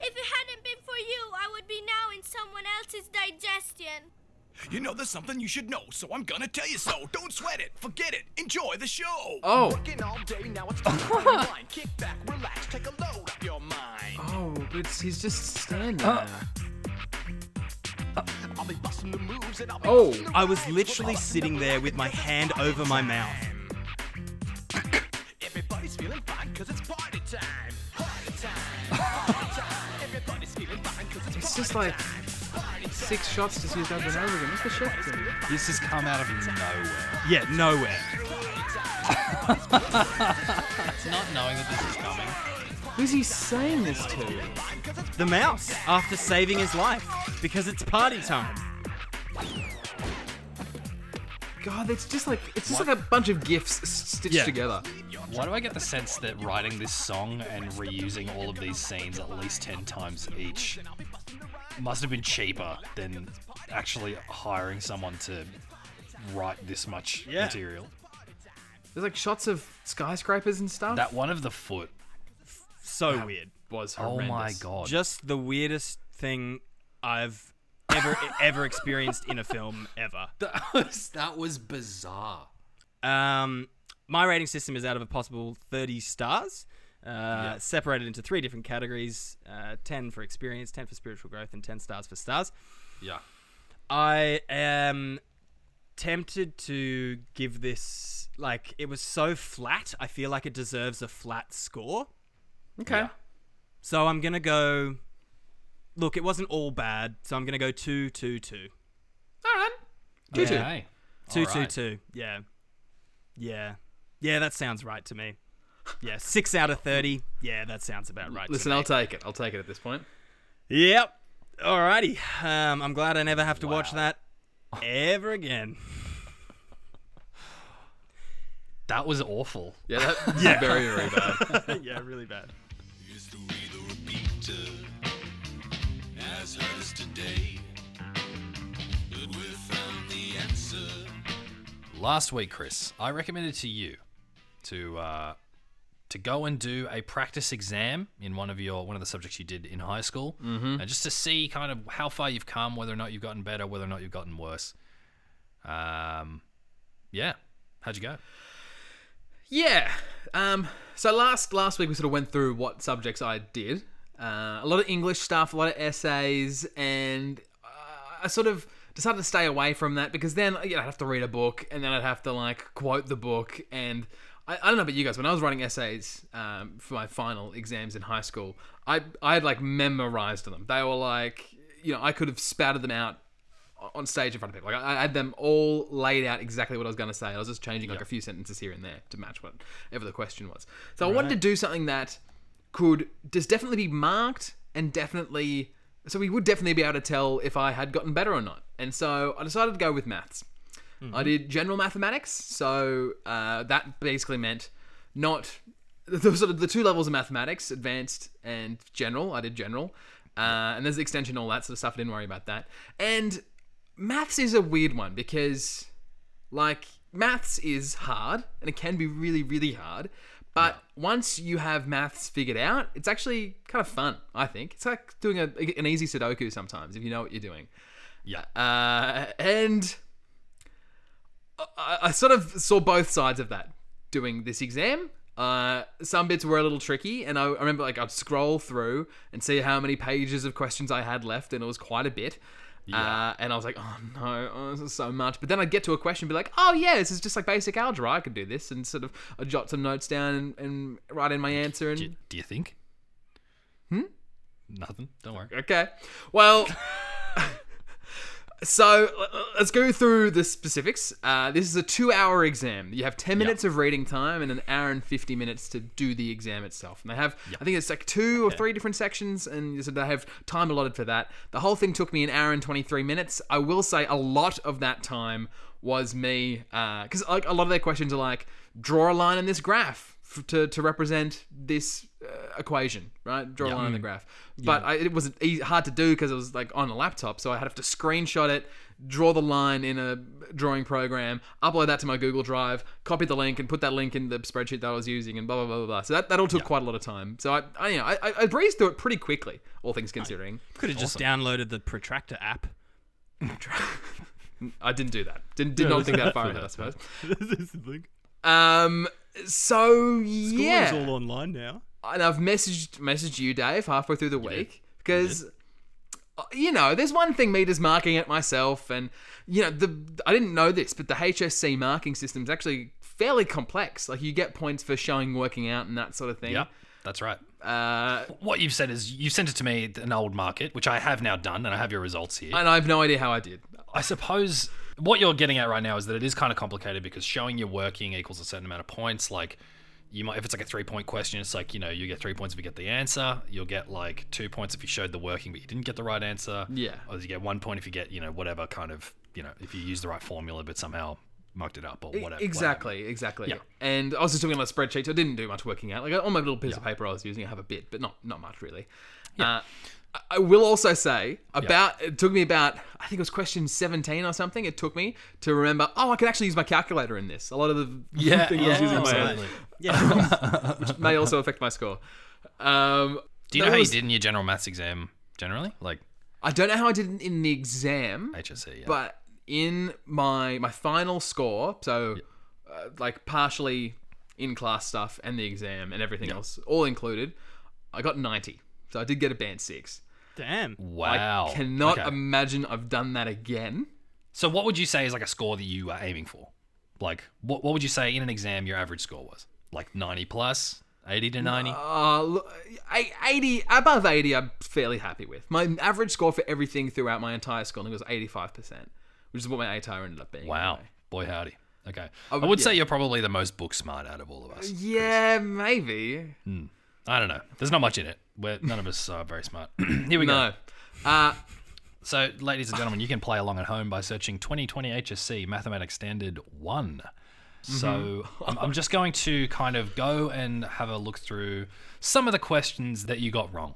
S5: If it hadn't been for you, I would be now in someone else's digestion.
S6: You know there's something you should know, so I'm gonna tell you so. Don't sweat it, forget it, enjoy the show.
S2: Oh.
S6: Working all day now it's time to unwind. Kick back, relax, take a load off your mind.
S2: Oh, but it's, he's just standing
S1: Uh.
S2: there.
S6: I'll be busting the moves and I'll be
S2: Oh.
S6: busting the
S1: I was
S6: rhymes.
S1: literally
S6: Well,
S1: sitting there with my hand over my mouth.
S6: Everybody's feeling fine 'cause it's party time. Party time. Party time. Everybody's feeling fine 'cause it's,
S2: It's
S6: party
S2: just like
S6: time. Party time.
S2: six shots just used over and over again. What's the chef doing?
S3: This has come out of nowhere.
S1: Yeah, nowhere.
S3: Not knowing that this is coming.
S2: Who's he saying this to?
S1: The mouse after saving his life because it's party time.
S2: God, it's just like it's just like a bunch of gifs s- stitched
S1: Yeah.
S2: together.
S3: Why do I get the sense that writing this song and reusing all of these scenes at least 10 times each must have been cheaper than actually hiring someone to write this much
S1: Yeah.
S3: material?
S2: There's like shots of skyscrapers and stuff.
S3: That one of the foot
S1: So weird.
S2: was
S3: Oh
S2: horrendous.
S3: my god.
S1: Just the weirdest thing I've ever ever experienced in a film ever.
S3: that, was, that was bizarre.
S1: Um, my rating system is out of a possible 30 stars, uh, separated into three different categories uh, 10 for experience, 10 for spiritual growth, and 10 stars for stars.
S3: Yeah.
S1: I am tempted to give this, like, it was so flat. I feel like it deserves a flat score.
S2: Okay.
S1: So I'm going to go. Look, it wasn't all bad, so I'm going to go 2 2 2.
S2: All right. Two two.
S3: Okay.
S1: Two,
S3: All
S1: two,
S3: right.
S1: two. Yeah, yeah, yeah. That sounds right to me. Yeah, six out of thirty. Yeah, that sounds about right. to
S2: Listen,
S1: me.
S2: I'll take it. I'll take it at this point.
S1: Yep. Alrighty. Um, I'm glad I never have to watch that ever again.
S3: That was awful.
S2: Yeah, that, yeah. very, very bad.
S1: yeah, really bad.
S7: Is the way the repeater has hurt us today? But we found the answer.
S3: Last week, Chris, I recommended to you to uh, to go and do a practice exam in one of your one of the subjects you did in high school, mm-hmm. and just to see kind of how far you've come, whether or not you've gotten better, whether or not you've gotten worse. Um, yeah. How'd you go?
S2: Yeah. Um, so last last week we sort of went through what subjects I did. Uh, a lot of English stuff, a lot of essays, and uh, I sort of decided to stay away from that because then you know, I'd have to read a book and then I'd have to like quote the book. And I, I don't know about you guys, when I was writing essays um, for my final exams in high school, I I had like memorized them. They were like you know I could have spouted them out on stage in front of people. Like I I had them all laid out exactly what I was going to say. I was just changing like a few sentences here and there to match whatever the question was. So I wanted to do something that could just definitely be marked and definitely so we would definitely be able to tell if I had gotten better or not. And so I decided to go with maths. I did general mathematics, so uh, that basically meant not the sort of the two levels of mathematics, advanced and general. I did general, uh, and there's the extension, all that sort of stuff. I didn't worry about that. And maths is a weird one because, like, maths is hard and it can be really, really hard. But once you have maths figured out, it's actually kind of fun. I think it's like doing a, an easy Sudoku sometimes if you know what you're doing.
S3: Yeah.
S2: Uh, and I, I sort of saw both sides of that doing this exam. Uh, some bits were a little tricky, and I, I remember like I'd scroll through and see how many pages of questions I had left, and it was quite a bit. Uh, and I was like, oh no, oh, this is so much. But then I'd get to a question and be like, oh yeah, this is just like basic algebra. I could do this. And sort of I'd jot some notes down and, and write in my answer. And
S3: Do you, do you think? Hmm? Nothing. Don't worry.
S2: Okay. Well, so uh, let's go through the specifics. Uh, this is a two hour exam. You have 10 minutes of reading time and an hour and 50 minutes to do the exam itself. And they have, I think it's like two or three different sections, and so they have time allotted for that. The whole thing took me an hour and 23 minutes. I will say a lot of that time was me, because like a lot of their questions are like, draw a line in this graph f- to, to represent this uh, equation, right? Draw a line on the graph. But I, it was easy, hard to do because it was like on a laptop, so I had to screenshot it, draw the line in a drawing program, upload that to my Google Drive, copy the link, and put that link in the spreadsheet that I was using, and blah blah blah blah. blah. So that, that all took quite a lot of time. So I, I you know I, I- I breezed through it pretty quickly, all things considering.
S1: Could have just downloaded the protractor app.
S2: I didn't do that. Didn't did not think that far ahead, I suppose.
S1: this thing.
S2: Um. So yeah.
S1: online now.
S2: and I've messaged messaged you, Dave, halfway through the week because uh, you know there's one thing meters marking it myself, and you know the I didn't know this, but the HSC marking system is actually fairly complex. Like you get points for showing, working out, and that sort of thing.
S3: Yeah. That's right.
S2: Uh,
S3: What you've said is you sent it to me an old market, which I have now done, and I have your results here.
S2: and I have no idea how I did.
S3: I suppose what you're getting at right now is that it is kind of complicated because showing you're working equals a certain amount of points. Like, you might, if it's like a three point question, it's like, you know, you get three points if you get the answer. You'll get like two points if you showed the working but you didn't get the right answer.
S2: Yeah.
S3: Or you get one point if you get, you know, whatever kind of, you know, if you use the right formula but somehow mucked it up or whatever.
S2: E, Exactly, exactly.
S3: Yeah.
S2: And I was just doing a lot of spreadsheets. I didn't do much working out. Like on my little piece of paper I was using, I have a bit, but not not much really. Uh, I will also say about it took me about I think it was question seventeen or something. It took me to remember. Oh, I could actually use my calculator in this. A lot of the
S3: Yeah,
S2: things I was
S3: yeah,
S2: using in my head
S3: absolutely.
S2: may also affect my score. Um,
S3: Do you
S2: that
S3: know how
S2: was-
S3: you did in your general maths exam generally? Like E.
S2: I don't know how I did in- in the exam,
S3: HSC, yeah.
S2: but in my my final score, so uh, like partially in class stuff and the exam and everything else, all included, I got ninety. So I did get a band six.
S1: Damn.
S3: wow.
S2: I cannot
S3: Okay.
S2: imagine I've done that again.
S3: so what would you say is like a score that you are aiming for? Like what what would you say in an exam your average score was? Like 90 plus, 80 to 90?
S2: Uh, look, I- 80 above 80 I'm fairly happy with. My average score for everything throughout my entire schooling was 85%, which is what my ATAR ended up being.
S3: wow.
S2: anyway.
S3: Boy howdy. Okay.
S2: I
S3: I
S2: would-
S3: would say
S2: yeah. Uh,
S3: you're probably the most book smart out of all of us.
S2: Yeah, maybe.
S3: I don't know. There's not much in it. We're, none of us are very smart. Here we go.
S2: No. Uh,
S3: So, ladies and gentlemen, you can play along at home by searching 2020 HSC Mathematics Standard 1. So, I'm, I'm just going to kind of go and have a look through some of the questions that you got wrong.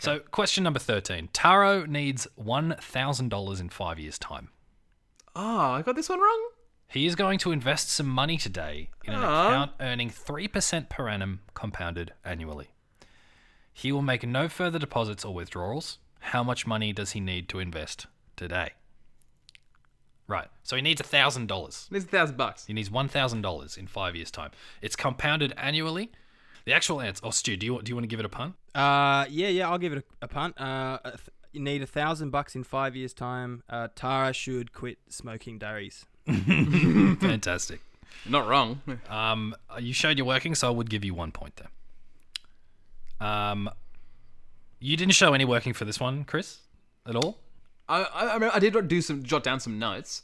S3: So, question number 13 Taro needs $1,000 in five years' time.
S2: oh, I got this one wrong.
S3: He is going to invest some money today in an
S2: Aw.
S3: account earning 3% per annum compounded annually. He will make no further deposits or withdrawals. How much money does he need to invest today? Right. So he needs $1,000.
S2: There's a thousand bucks.
S3: He needs $1,000 in five years' time. It's compounded annually. The actual answer. Oh, Stu, do you, do you want to give it a punt?
S1: Uh, yeah, yeah. I'll give it a, a punt. Uh, a th- you need a thousand bucks in five years' time. Uh, Tara should quit smoking dairies.
S3: Fantastic.
S2: Not wrong.
S3: Um, you showed you're working, so I would give you one point there. Um, you didn't show any working for this one, Chris, at all.
S2: I, I, I, remember I did do some jot down some notes,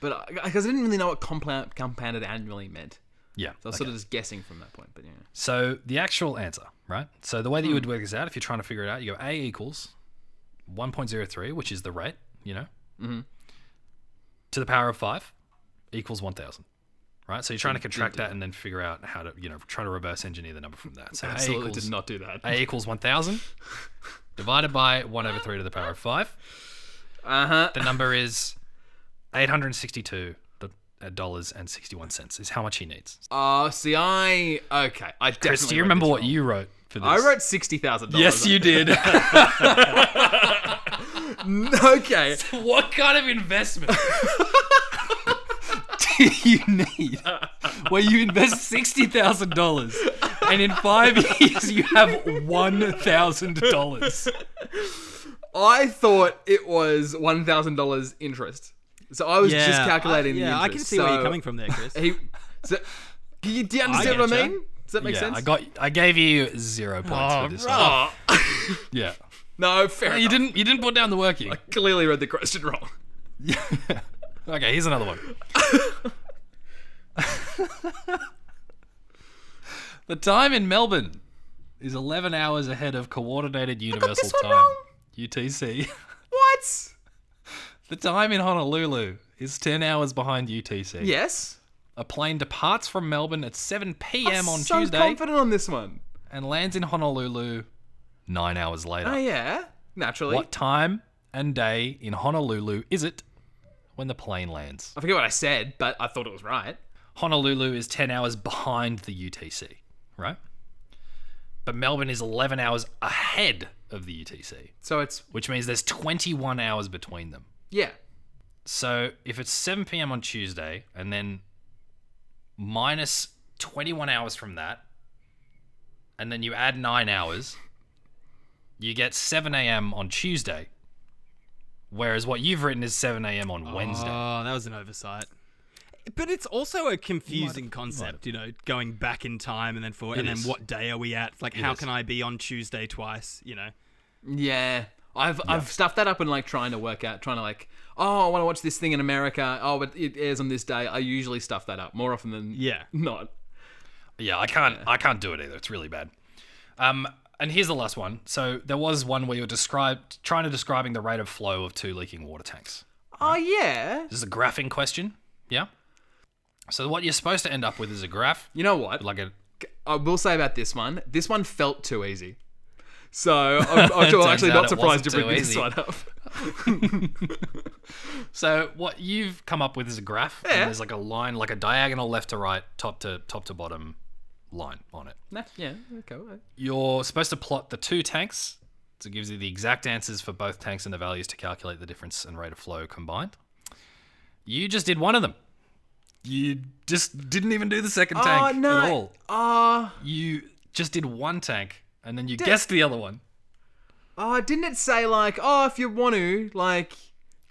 S2: but because I, didn't really know what compound, compounded annually meant,
S3: Yeah.
S2: so I was
S3: okay.
S2: sort of just guessing from that point. But yeah.
S3: So the actual answer, right? So the way that you would
S2: Hmm.
S3: work this out, if you're trying to figure it out, you go A equals 1.03, which is the rate, you know, mm-hmm. to the power of five equals 1,000. Right, so you're trying to contract that and then figure out how to, you know, try to reverse engineer the number from that. So A
S2: Absolutely
S3: equals
S2: did not do that.
S3: A equals 1,000 divided by 1 over 3 to the power of 5.
S2: Uh huh.
S3: The number is 862 uh, dollars and 61 cents is how much he needs.
S2: Oh, see, I okay. I definitely.
S3: Chris, do you
S2: wrote
S3: remember
S2: this
S3: what
S2: wrong.
S3: you wrote for this?
S2: I wrote sixty thousand dollars.
S3: Yes, you did.
S2: Okay.
S3: what kind of investment do you need where you invest $60,000 and in five years you have $1,000?
S2: I thought it was one thousand dollars interest, so I was just calculating.
S1: I,
S2: the
S1: yeah,
S2: interest.
S1: I can see where
S2: So
S1: you're coming from there, Chris.
S2: He, so, do you, do you understand
S1: I
S2: what I
S1: getcha.
S2: mean? Does that make
S3: yeah,
S2: sense?
S3: I got. I gave you zero points for this. one.
S2: Oh,
S3: Yeah,
S2: no, fair.
S3: you
S2: enough.
S3: didn't. You didn't put down the work. You.
S2: clearly read the question wrong.
S3: Okay, here's another one. the time in Melbourne is 11 hours ahead of Coordinated Universal
S2: this one
S3: Time.
S2: wrong.
S3: UTC.
S2: What?
S3: the time in Honolulu is 10 hours behind UTC.
S2: Yes.
S3: A plane departs from Melbourne at 7 p.m. on
S2: so
S3: Tuesday
S2: confident on this one.
S3: and lands in Honolulu 9 hours later.
S2: Oh yeah, naturally.
S3: What time and day in Honolulu is it when the plane lands?
S2: I forget what I said, but I thought it was right.
S3: Honolulu is 10 hours behind the UTC, right? But Melbourne is 11 hours ahead of the UTC,
S2: So it's
S3: which means there's 21 hours between them.
S2: yeah.
S3: So if it's 7 p.m. on Tuesday and then minus 21 hours from that, and then you add nine hours, you get 7 a.m. on Tuesday. Whereas what you've written is 7 a.m. on Wednesday.
S1: Oh, that was an oversight. But it's also a confusing concept, you know, going back in time and then forward, and
S3: is.
S1: then what day are we at? Like, how
S3: is.
S1: can I be on Tuesday twice? You know,
S2: Yeah. I've I've stuffed that up in like trying to work out, trying to like, oh, I want to watch this thing in America. Oh, but it airs on this day. I usually stuff that up more often than
S1: Yeah.
S2: not.
S3: Yeah, I can't. I can't do it either. It's really bad. Um, and here's the last one. So there was one where you were described trying to describing the rate of flow of two leaking water tanks.
S2: Oh yeah.
S3: This is a graphing question. Yeah. So what you're supposed to end up with is a graph,
S2: You know what?
S3: like a
S2: I will say about this one. This one felt too easy. So I'm, I'm sure-
S3: Turns
S2: actually
S3: out
S2: not
S3: it
S2: surprised you
S3: wasn't
S2: bring
S3: too
S2: this
S3: easy.
S2: slide up.
S3: So what you've come up with is a graph,
S2: Yeah.
S3: and there's like a line, like a diagonal left to right, top to top to bottom line on it.
S2: Nah, yeah, okay. all right.
S3: You're supposed to plot the two tanks, so it gives you the exact answers for both tanks and the values to calculate the difference and rate of flow combined. You just did one of them. You just didn't even do the second tank
S2: oh, no.
S3: at all.
S2: Oh,
S3: You just did one tank, and then you guessed the other one.
S2: oh, didn't it say like, oh, if you want to, like,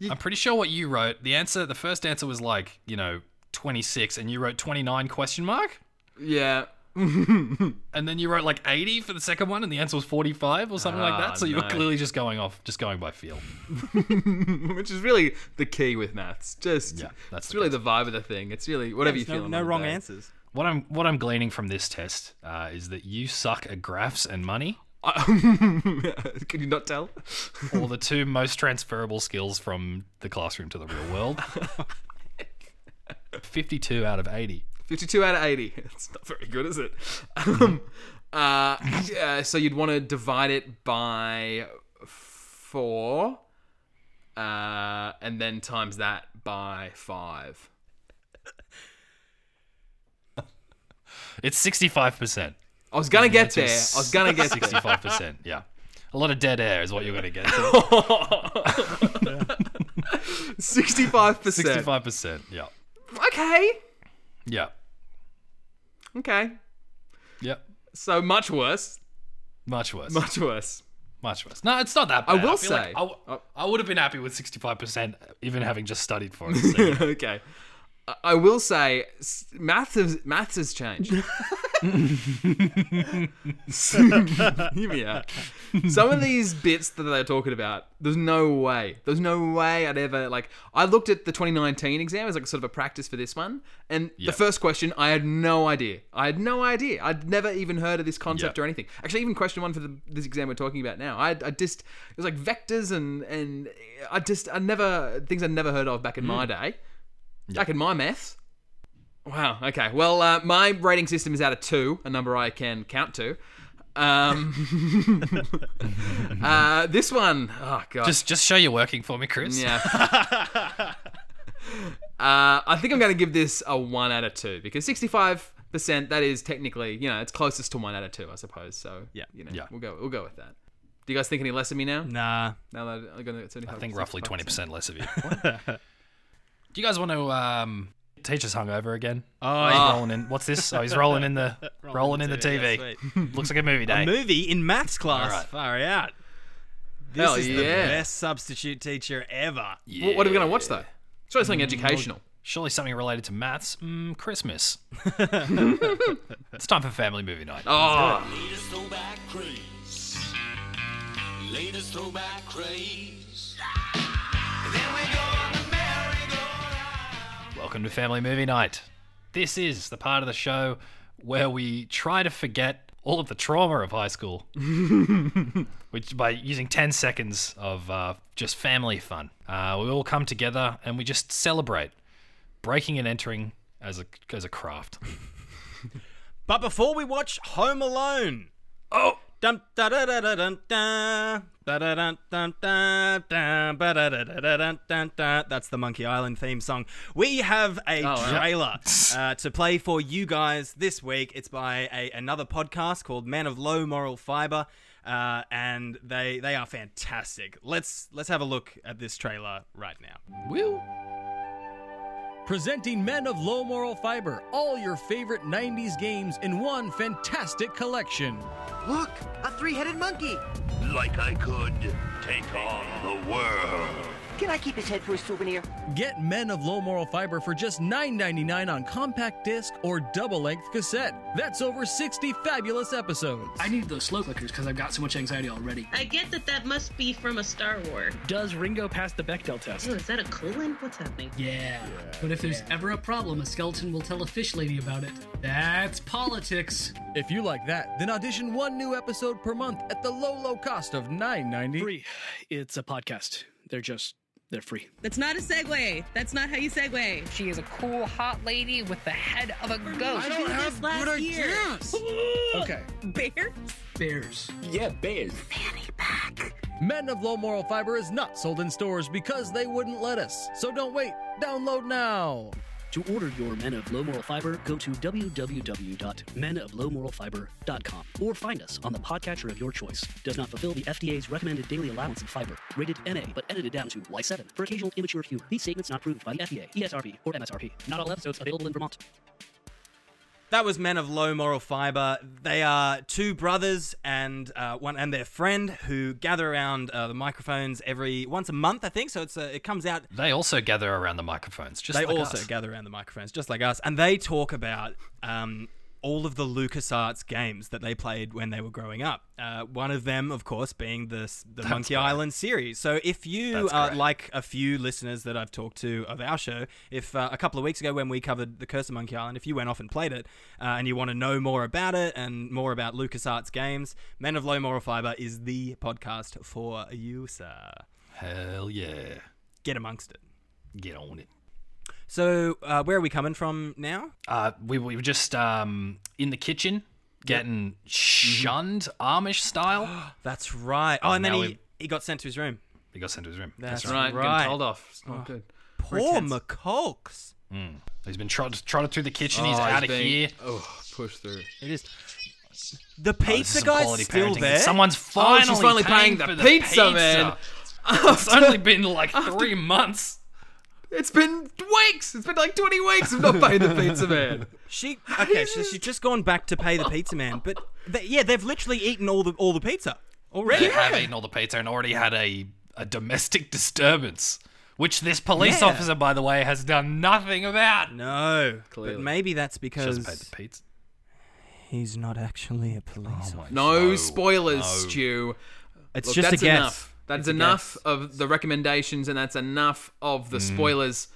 S3: I'm pretty sure what you wrote. The answer, the first answer was like, you know, 26, and you wrote 29 question mark,
S2: yeah.
S3: and then you wrote like 80 for the second one, and the answer was 45 or something like
S2: Ah,
S3: that. So you
S2: no.
S3: were clearly just going off, just going by feel.
S2: Which is really the key with maths. Just,
S3: Yeah, that's
S2: it's
S3: the
S2: really the vibe of the thing. It's really whatever you
S1: There's
S2: feel.
S1: no, no wrong answers.
S3: What I'm what I'm gleaning from this test uh, is that you suck at graphs and money,
S2: Uh, Can you not tell?
S3: or the two most transferable skills from the classroom to the real world. 52 out of 80.
S2: 52 out of 80. It's not very good, is it? Um, uh, yeah, so you'd want to divide it by four, uh, and then times that by five.
S3: It's 65%.
S2: I was gonna get there. I
S3: It's
S2: was gonna get there.
S3: 65%. Yeah. A lot of dead air is what you're going to get. to.
S2: 65 percent.
S3: 65%. Yeah.
S2: Okay.
S3: Yeah.
S2: Okay.
S3: Yeah.
S2: So much worse.
S3: Much worse.
S2: Much worse.
S3: Much worse. No, it's not that bad.
S2: will
S3: feel like I,
S2: say-
S3: w-
S2: Oh.
S3: I would have been happy with 65%, even having just studied for it. so, you know.
S2: okay. I- I will say, s- maths has, maths has changed. Hear me out. Some of these bits that they're talking about, there's no way. There's no way I'd ever like. I looked at the 2019 exam as like sort of a practice for this one, and the
S3: Yep.
S2: first question, I had no idea. I had no idea. I'd never even heard of this concept
S3: Yep.
S2: or anything. Actually, even question one for the, this exam we're talking about now, I, I just it was like vectors and and I just I never things I'd never heard of back in my day, back in my maths. Wow. Okay. Well, uh, my rating system is out of two, a number I can count to. Um, uh, this one, oh god,
S3: Just, just show you're working for me, Chris.
S2: yeah. uh, I think I'm going to give this a one out of two because 65 percent that is technically you know it's closest to one out of two I suppose. So
S1: Yeah.
S2: you know
S3: Yeah.
S2: we'll go we'll go with that. Do you guys think any less of me now?
S1: Nah.
S2: Now that I'm going to,
S3: I think roughly 20% less of you. Do you guys want to um, teach us hungover again?
S1: Oh,
S3: He's rolling in. What's this? Oh, he's rolling in the rolling, in the TV. Looks like a movie day.
S1: a movie in maths class.
S3: Alright.
S1: Far out. This
S2: Hell
S1: is the
S2: yeah.
S1: best substitute teacher ever.
S2: What, what are we going to watch though? Show us something educational.
S3: Surely something related to maths. Mm, Christmas. it's time for family movie night.
S2: Oh,
S7: Latest throwback craze. Latest throwback craze.
S3: Welcome to family movie night. This is the part of the show where we try to forget all of the trauma of high school, which by using 10 seconds of uh, just family fun. Uh, we all come together and we just celebrate breaking and entering as a as a craft.
S1: But before we watch Home Alone.
S3: Oh.
S1: Dum da da da da dun da. Da da dun dun da da ba da da da da dun dun da. That's the Monkey Island theme song. We have a trailer uh, to play for you guys this week. It's by a, another podcast called Men of Low Moral Fiber, uh, and they they are fantastic. Let's let's have a look at this trailer right now.
S8: Will. Presenting Men of Low Moral Fiber, all your favorite 90s games in one fantastic collection.
S9: Look, a three-headed monkey.
S7: Like I could take on the world.
S9: Can I keep his head for a souvenir?
S8: Get Men of Low Moral Fiber for just $9.99 on compact disc or double length cassette. That's over 60 fabulous episodes.
S10: I need those slow clickers because I've got so much anxiety already.
S11: I get that that must be from a Star Wars.
S10: Does Ringo pass the Bechdel test?
S11: Ew, is that a coolant? What's happening?
S10: Yeah. But if there's ever a problem, a skeleton will tell a fish lady about it. That's politics.
S8: If you like that, then audition one new episode per month at the low, low cost of $9.90.
S10: Free. It's a podcast. They're just, they're free.
S11: That's not a segue. That's not how you segue. She is a cool, hot lady with the head of a goat. I don't have last good year.
S8: Okay.
S11: Bear?
S10: Bears.
S8: Yeah, bears. Fanny pack. Men of Low Moral Fiber is not sold in stores because they wouldn't let us. So don't wait. Download now.
S12: To order your Men of Low Moral Fiber, go to www.menoflowmoralfiber.com or find us on the podcatcher of your choice. Does not fulfill the FDA's recommended daily allowance of fiber, rated NA, but edited down to Y7 for occasional immature humor. These statements not approved by the FDA, ESRB, or MSRP. Not all episodes available in Vermont.
S1: That was Men of Low Moral Fiber. They are two brothers and uh, one and their friend who gather around uh, the microphones every once a month, I think. So it's uh, it comes out.
S3: They also gather around the microphones, just
S1: they
S3: like
S1: also
S3: us.
S1: gather around the microphones, just like us, and they talk about um, all of the LucasArts games that they played when they were growing up. Uh, one of them, of course, being the s- the
S3: That's
S1: Monkey
S3: right.
S1: Island series. So if you
S3: That's
S1: uh,
S3: correct.
S1: like a few listeners that I've talked to of our show, if uh, a couple of weeks ago when we covered the Curse of Monkey Island, if you went off and played it uh, and you want to know more about it and more about LucasArts games, Men of Low Moral Fiber is the podcast for you, sir.
S3: Hell yeah.
S1: Get amongst it.
S3: Get on it.
S1: So uh, where are we coming from now?
S3: Uh, we, we were just um, in the kitchen getting
S1: Mm-hmm.
S3: shunned Amish style.
S1: That's right. Oh, and then
S3: Now
S1: he,
S3: we-
S1: he got sent to his room.
S3: He got sent to his room.
S1: That's
S2: That's right, getting
S1: right.
S2: told off. It's not
S1: Oh,
S2: good.
S1: Poor McCulks.
S3: Mm. He's been trotted, trotted through the kitchen. he's
S2: Oh,
S3: out of
S2: being-
S3: here.
S2: Oh, push through.
S1: It is. The
S3: Oh, this is
S1: pizza
S3: some
S1: guy's
S3: quality
S1: still
S3: parenting.
S1: there.
S3: Someone's
S2: Oh,
S3: finally,
S2: she's finally paying
S3: for
S2: the pizza, man.
S3: it's only been like three months.
S2: It's been weeks. It's been like 20 weeks of not paying the pizza man.
S1: She okay. so she's just gone back to pay the pizza man, but they, yeah, they've literally eaten all the all the pizza already.
S3: They have eaten all the pizza and already had a, a domestic disturbance, which this police
S1: Yeah.
S3: officer, by the way, has done nothing about.
S1: No, but
S3: Clearly.
S1: maybe that's because
S3: Just paid the pizza. Oh
S1: he's not actually a police. officer.
S2: No spoilers,
S1: no.
S2: Stu.
S1: It's just a
S2: that's
S1: guess.
S2: Enough. That's
S1: It's a
S2: enough of the recommendations, and that's enough of
S3: Mm.
S2: the spoilers.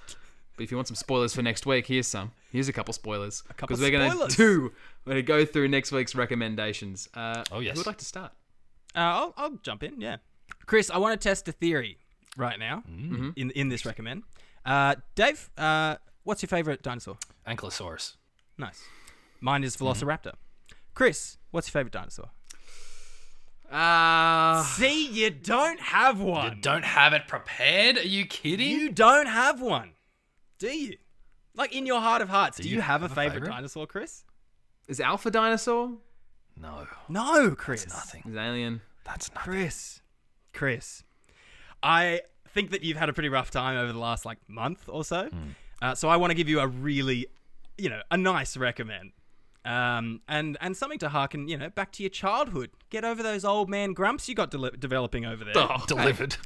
S2: But if you want some spoilers for next week, here's some. Here's a couple spoilers
S1: couple
S2: because we're going
S1: spoilers.
S2: to do. We're going to go through next week's recommendations. Uh,
S3: Oh, yes.
S2: Who would like to start?
S1: Uh, I'll, I'll jump in. Yeah, Chris, I want to test a theory right
S3: Mm.
S1: now
S3: Mm-hmm.
S1: in in this recommend. Uh, Dave, uh, what's your favorite dinosaur?
S3: Ankylosaurus.
S1: Nice. Mine is Velociraptor. Chris, what's your favorite dinosaur?
S2: Uh,
S1: See, you don't have one.
S3: Don't have it prepared? Are you kidding?
S1: You don't have one, do you? Like in your heart of hearts, do, you, have, a favorite,
S3: favorite?
S1: dinosaur, Chris?
S2: is Alpha Dinosaur?
S3: No.
S1: No, Chris.
S3: Nothing.
S2: Is Alien?
S3: That's nothing.
S1: Chris, Chris, I think that you've had a pretty rough time over the last like month or so.
S3: Hmm.
S1: Uh, so I want to give you a really, you know, a nice recommend, um, and and something to hearken, you know, back to your childhood. Get over those old man grumps you got deli developing over there.
S3: Oh, delivered.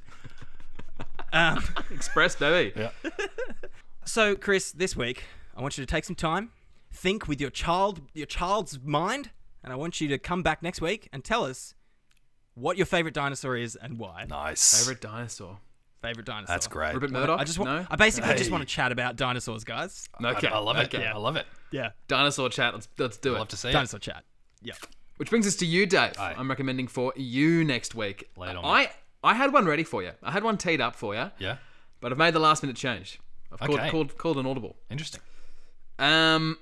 S1: Um,
S2: Express, baby.
S3: Yeah.
S1: So, Chris, this week I want you to take some time, think with your child, your child's mind, and I want you to come back next week and tell us what your favorite dinosaur is and why.
S3: Nice.
S2: Favorite dinosaur?
S1: Favorite dinosaur.
S3: That's great.
S2: Rupert Murdoch?
S1: I just want.
S2: No?
S1: I basically just
S3: Hey.
S1: want to chat about dinosaurs, guys.
S2: No, okay.
S3: I, I love it.
S2: Okay.
S3: I love it.
S1: Yeah,
S2: Dinosaur chat. Let's let's do
S3: I
S2: it.
S3: love to see it.
S1: dinosaur chat. Yeah.
S2: Which brings us to you, Dave.
S3: Aye.
S2: I'm recommending for you next week.
S3: Lay it on
S2: I I had one ready for you. I had one teed up for you,
S3: Yeah.
S2: but I've made the last minute change. I've called
S3: Okay.
S2: called called an audible.
S3: Interesting.
S2: Um,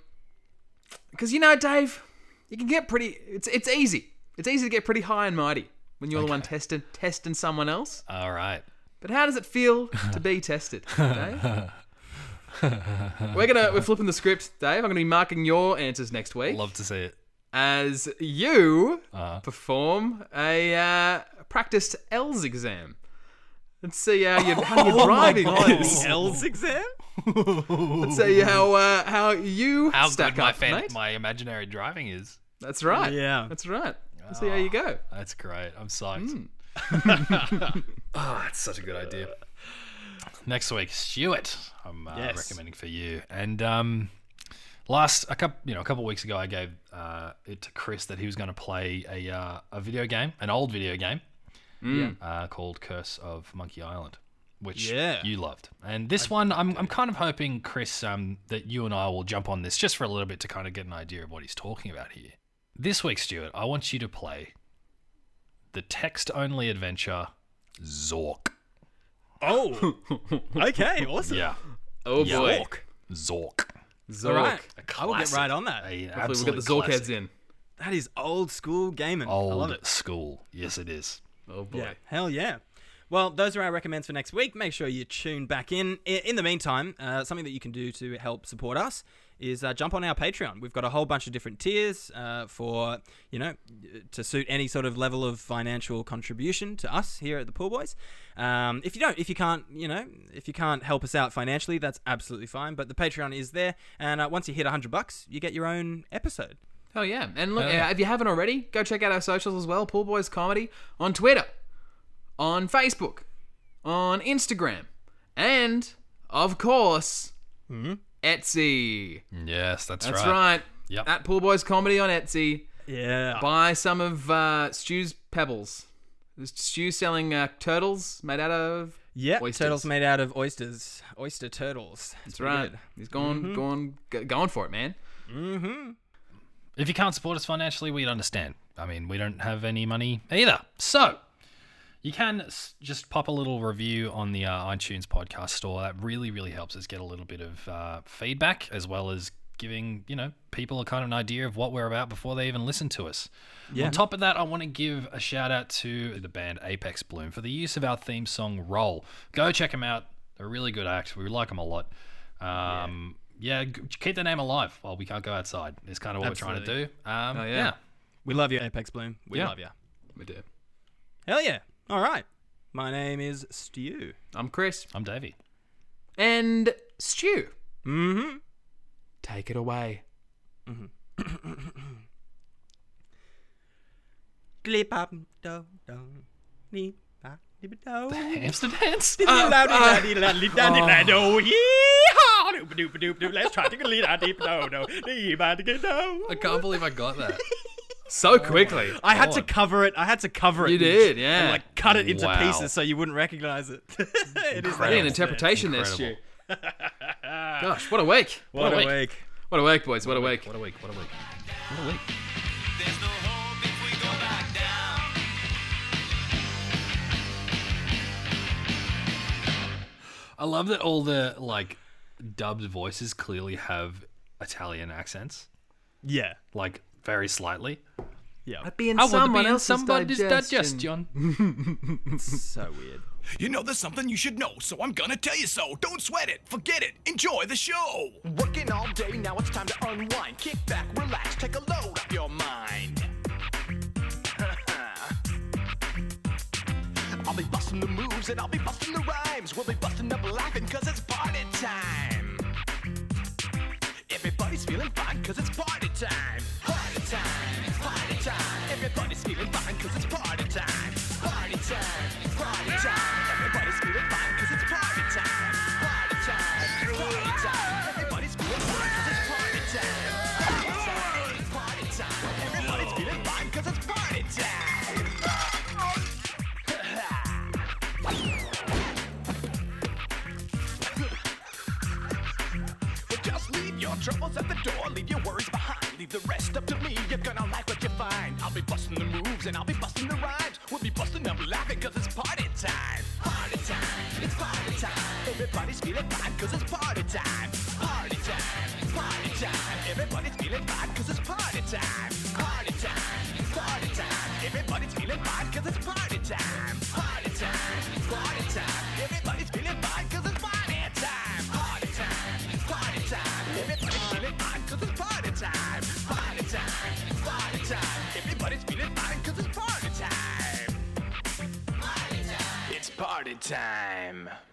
S2: because you know, Dave, you can get pretty. It's it's easy. It's easy to get pretty high and mighty when you're the one testing testing someone else.
S3: All right.
S2: But how does it feel to be tested, Dave? we're gonna we're flipping the script, Dave. I'm gonna be marking your answers next week
S3: Love to see it.
S2: as you
S3: Uh-huh.
S2: perform a uh, practiced L's exam. Let's see how you how
S3: Oh
S2: your driving is.
S1: L's exam.
S2: Let's see how uh, how you
S3: How
S2: stack
S3: good my,
S2: up,
S3: fan-
S2: mate.
S3: my imaginary driving is.
S2: That's right.
S1: Yeah.
S2: that's right. Let's see how you go.
S3: That's great. I'm psyched. oh, it's such a good idea. Next week, Stuart. I'm uh,
S1: Yes.
S3: recommending for you. And um, last a couple, you know, a couple weeks ago, I gave uh, it to Chris that he was going to play a uh, a video game, an old video game, uh, called Curse of Monkey Island, which
S1: Yeah.
S3: you loved. And this one, I'm I'm kind of hoping Chris um, that you and I will jump on this just for a little bit to kind of get an idea of what he's talking about here. This week, Stuart, I want you to play the text-only adventure Zork.
S1: Oh. okay. Awesome.
S3: Yeah.
S2: Oh
S3: Yeah.
S2: boy,
S1: Zork.
S3: Zork.
S2: Zork.
S1: All right.
S3: A
S1: I will get
S3: classic.
S1: right on that.
S3: A
S2: Hopefully we'll
S3: absolute
S2: get the Zork
S3: classic.
S2: heads in.
S1: That is old school gaming. I love
S3: Old
S1: it.
S3: school. Yes, it is.
S2: Oh
S1: Yeah, hell yeah. Well, those are our recommends for next week. Make sure you tune back in. I- In the meantime, uh, something that you can do to help support us is uh, jump on our Patreon. We've got a whole bunch of different tiers uh, for, you know, to suit any sort of level of financial contribution to us here at the Pool Boys. Um, if you don't, if you can't, you know, if you can't help us out financially, that's absolutely fine. But the Patreon is there. And uh, once you hit 100 bucks, you get your own episode.
S2: Oh yeah, and look,
S1: Yeah.
S2: uh, if you haven't already, go check out our socials as well. Pool Boys Comedy on Twitter, on Facebook, on Instagram, and of course,
S1: Mm-hmm.
S2: Etsy.
S3: Yes, that's,
S2: That's
S3: right.
S2: right.
S3: Yep.
S2: At Pool Boys Comedy on Etsy.
S1: Yeah.
S2: Buy some of uh, Stu's pebbles. Stu's selling uh, turtles made out of.
S1: Yeah,
S2: Oysters.
S1: turtles made out of oysters, oyster turtles.
S2: That's right. He's going,
S1: Mhm.
S2: going, g- going for it, man.
S1: Mm-hmm.
S3: If you can't support us financially, we'd understand. I mean, we don't have any money either. So, you can s- just pop a little review on the uh, iTunes podcast store. That really, really helps us get a little bit of uh, feedback as well as giving, you know, people a kind of an idea of what we're about before they even listen to us.
S1: Yeah.
S3: On top of that, I want to give a shout out to the band Apex Bloom for the use of our theme song Roll. Go check them out. They're a really good act. We like them a lot. Um, yeah. g- keep the name alive while we can't go outside. It's kind of what we're trying to
S1: Absolutely.
S3: do. Um,
S1: Oh, yeah.
S3: yeah.
S1: We love you, Apex Bloom. We
S3: Yeah.
S1: love you.
S2: We do.
S1: Hell yeah. All right. My name is Stu.
S2: I'm Chris.
S3: I'm Davey.
S2: And Stu.
S1: Mm-hmm.
S2: Take it away.
S1: Glip up, do, do, knee, ba, dee, ba, do. The
S3: hamster dance?
S1: Uh, uh,
S6: Let's try to get lead out deep no no.
S2: I can't believe I got that. So quickly.
S1: I had to cover it. I had to cover it.
S2: You
S1: and
S2: did,
S1: just-
S2: yeah.
S1: And like cut it into
S2: Wow.
S1: pieces so you wouldn't recognize it. it is that
S2: Incredible.
S1: hamster.
S2: interpretation there, Stu. Gosh, what a week.
S1: What a
S2: What a week, boys. What a week.
S3: What a week. What a week. What a week. I love that all the like dubbed voices clearly have Italian accents,
S1: Yeah.
S3: like very slightly.
S1: Yeah.
S2: I'd be in
S3: I want to
S2: someone
S3: be in
S2: else's
S3: somebody's
S2: digestion.
S3: digestion.
S1: so weird.
S6: You know there's something you should know, so I'm gonna tell you so. Don't sweat it, forget it, enjoy the show. Working all day, now it's time to unwind. Kick back, relax, take a load off your mind. I'll be busting the moves and I'll be busting the rhymes. We'll be busting up laughing cause it's party time. Everybody's feeling fine cause it's party time. Party time, it's party time. Everybody's feeling fine cause it's party time. Party time, it's party time. Everybody's feeling fine cause it's party time. Party time, it's party time. Everybody's feeling fine cause it's party time. Party time, it's party time. Everybody's feeling fine cause it's party time. Well, just leave your troubles at the door, leave your worries behind, leave the rest up to me. You're gonna like what you find. I'll be busting the moves and I'll be busting the rhymes. We'll be busting up laughing cause it's party time. Party time, it's party time. Everybody's feeling fine cause it's party time. Party time, it's party time. Everybody's feeling fine cause it's party time. Party time, it's party time. Everybody's feeling fine cause it's party time. Party time, it's party time. Everybody's feeling fine cause it's party time. Party time, it's party time. Everybody's feeling fine cause it's party time. Party time, it's party time. Everybody's feeling fine cause it's party time. It's party time.